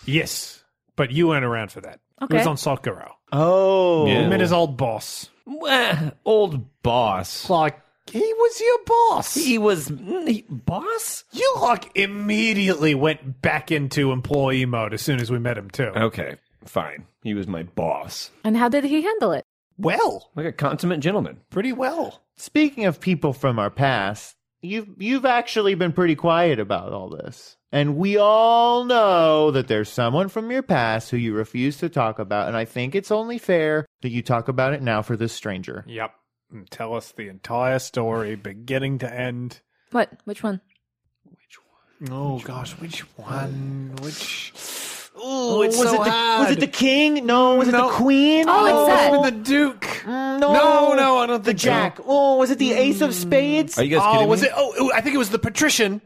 S7: Yes, but you weren't around for that.
S3: Okay.
S7: It was on Sokoro.
S4: oh,
S6: Yeah.
S7: I met his old boss.
S6: Mwah, old boss.
S7: Like he was your boss.
S6: He was mm, he- boss.
S7: you like immediately went back into employee mode as soon as we met him too.
S6: Okay, fine. He was my boss.
S3: and how did he handle it
S9: well,
S6: Like a consummate gentleman.
S9: pretty well.
S4: Speaking of people from our past, you've you've actually been pretty quiet about all this. And we all know that there's someone from your past who you refuse to talk about, and I think it's only fair that you talk about it now for this stranger.
S7: Yep. And tell us the entire story, beginning to end.
S3: What? Which one?
S7: Oh gosh, which one? Which?
S9: Oh, it's
S4: was,
S9: so
S4: it the, was
S9: hard.
S4: it the king? No, was
S9: No.
S4: it the queen?
S3: Oh, it's that.
S9: the Duke?
S4: Mm,
S9: No, no, I don't
S4: The
S9: think so.
S4: jack. Oh, was it the ace of spades?
S6: Are you guys
S9: Oh,
S6: kidding
S9: was
S6: me?
S9: it? Oh, I think it was the patrician.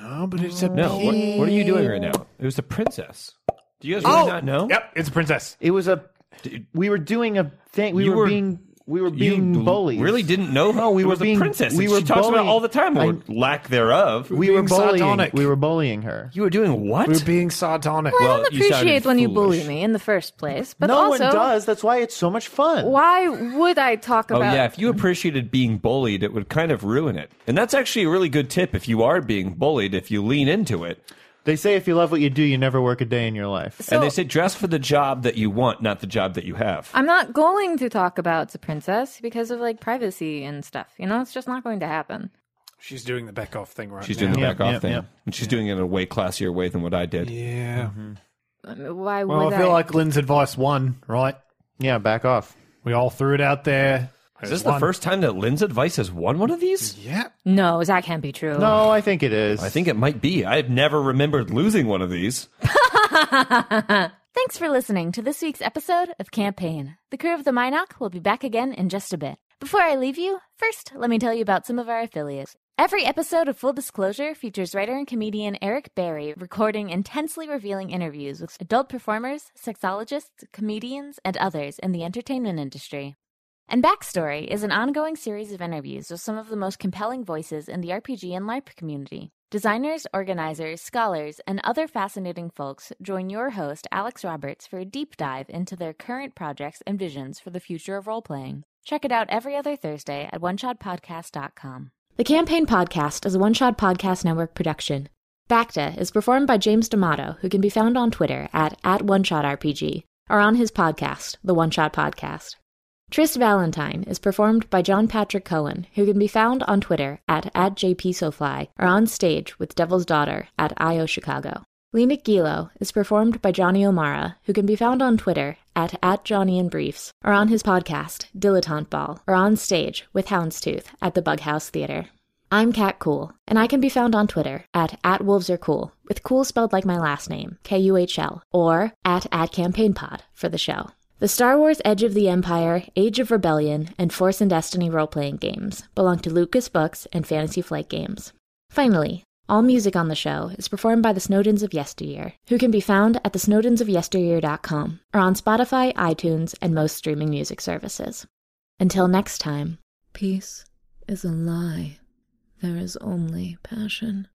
S7: No, but it's a
S6: No. What, what are you doing right now? It was the princess. Do you guys really
S9: Oh,
S6: not know?
S7: Yep, it's a princess.
S4: it was a.
S6: Dude.
S4: We were doing a thing. We
S6: You
S4: were,
S6: were-
S4: being. We were
S6: You
S4: being bullied.
S6: really didn't know her?
S4: No, we
S6: It
S4: were
S6: was
S4: being-
S6: a princess.
S4: we
S6: and
S4: were
S6: she talks about
S4: bullying-
S6: it all the time, or
S4: I'm-
S6: lack thereof.
S4: We were
S9: being
S4: bullying.
S9: sardonic.
S4: We were bullying her.
S6: you were doing what?
S9: We were being sardonic.
S6: Well,
S9: Well,
S3: I don't
S6: you sounded
S3: appreciate when you bully
S6: foolish.
S3: me in the first place, but
S4: no
S3: also,
S4: one does. That's why it's so much fun.
S3: why would I talk
S6: Oh
S3: about?
S6: yeah, if you appreciated being bullied, it would kind of ruin it. And that's actually a really good tip if you are being bullied, if you lean into it.
S4: They say if you love what you do, you never work a day in your life.
S3: So
S6: and they say dress for the job that you want, not the job that you have.
S3: I'm not going to talk about the princess because of like privacy and stuff. You know, it's just not going to happen.
S7: She's doing the back off thing right
S6: she's
S7: now.
S6: doing the
S4: Yeah,
S6: back off
S4: yeah,
S6: thing.
S4: yeah.
S6: And she's doing it in a way classier way than what I did.
S7: Yeah.
S4: Mm-hmm.
S3: I mean, Um, Why
S9: well
S3: would
S9: I
S3: I?
S9: feel like Lynn's advice won, right?
S4: Yeah, back off.
S9: We all threw it out there.
S6: Is this the first time that Lynn's advice has won one of these?
S3: No, that can't be true.
S4: No, I think it is.
S6: I think it might be. I've never remembered losing one of these.
S1: Thanks for listening to this week's episode of Campaign. The crew of the Minoc will be back again in just a bit. Before I leave you, first, let me tell you about some of our affiliates. Every episode of Full Disclosure features writer and comedian Eric Berry recording intensely revealing interviews with adult performers, sexologists, comedians, and others in the entertainment industry. And Backstory is an ongoing series of interviews with some of the most compelling voices in the RPG and LARP community. Designers, organizers, scholars, and other fascinating folks join your host, Alex Roberts, for a deep dive into their current projects and visions for the future of role playing. Check it out every other Thursday at oneshotpodcast.com. The Campaign Podcast is a One Shot Podcast Network production. Bacta is performed by James D'Amato, who can be found on Twitter at, at OneShotRPG or on his podcast, The One Shot Podcast. Trist Valentine is performed by John Patrick Cohen, who can be found on Twitter at, at JPSoFly or on stage with Devil's Daughter at IO Chicago. Lenik Gilo is performed by Johnny O'Mara, who can be found on Twitter at, at Johnny in Briefs or on his podcast, Dilettante Ball, or on stage with Houndstooth at the Bughouse Theater. I'm Cat Cool, and I can be found on Twitter at, at Wolves Are Cool, with cool spelled like my last name, K U H L, or at, at Campaign Pod for the show. The Star Wars Edge of the Empire, Age of Rebellion, and Force and Destiny role playing games belong to Lucas Books and Fantasy Flight Games. Finally, all music on the show is performed by the Snowdens of Yesteryear, who can be found at thesnowdensofyesteryear.com or on Spotify, iTunes, and most streaming music services. Until next time,
S10: Peace is a lie. There is only passion.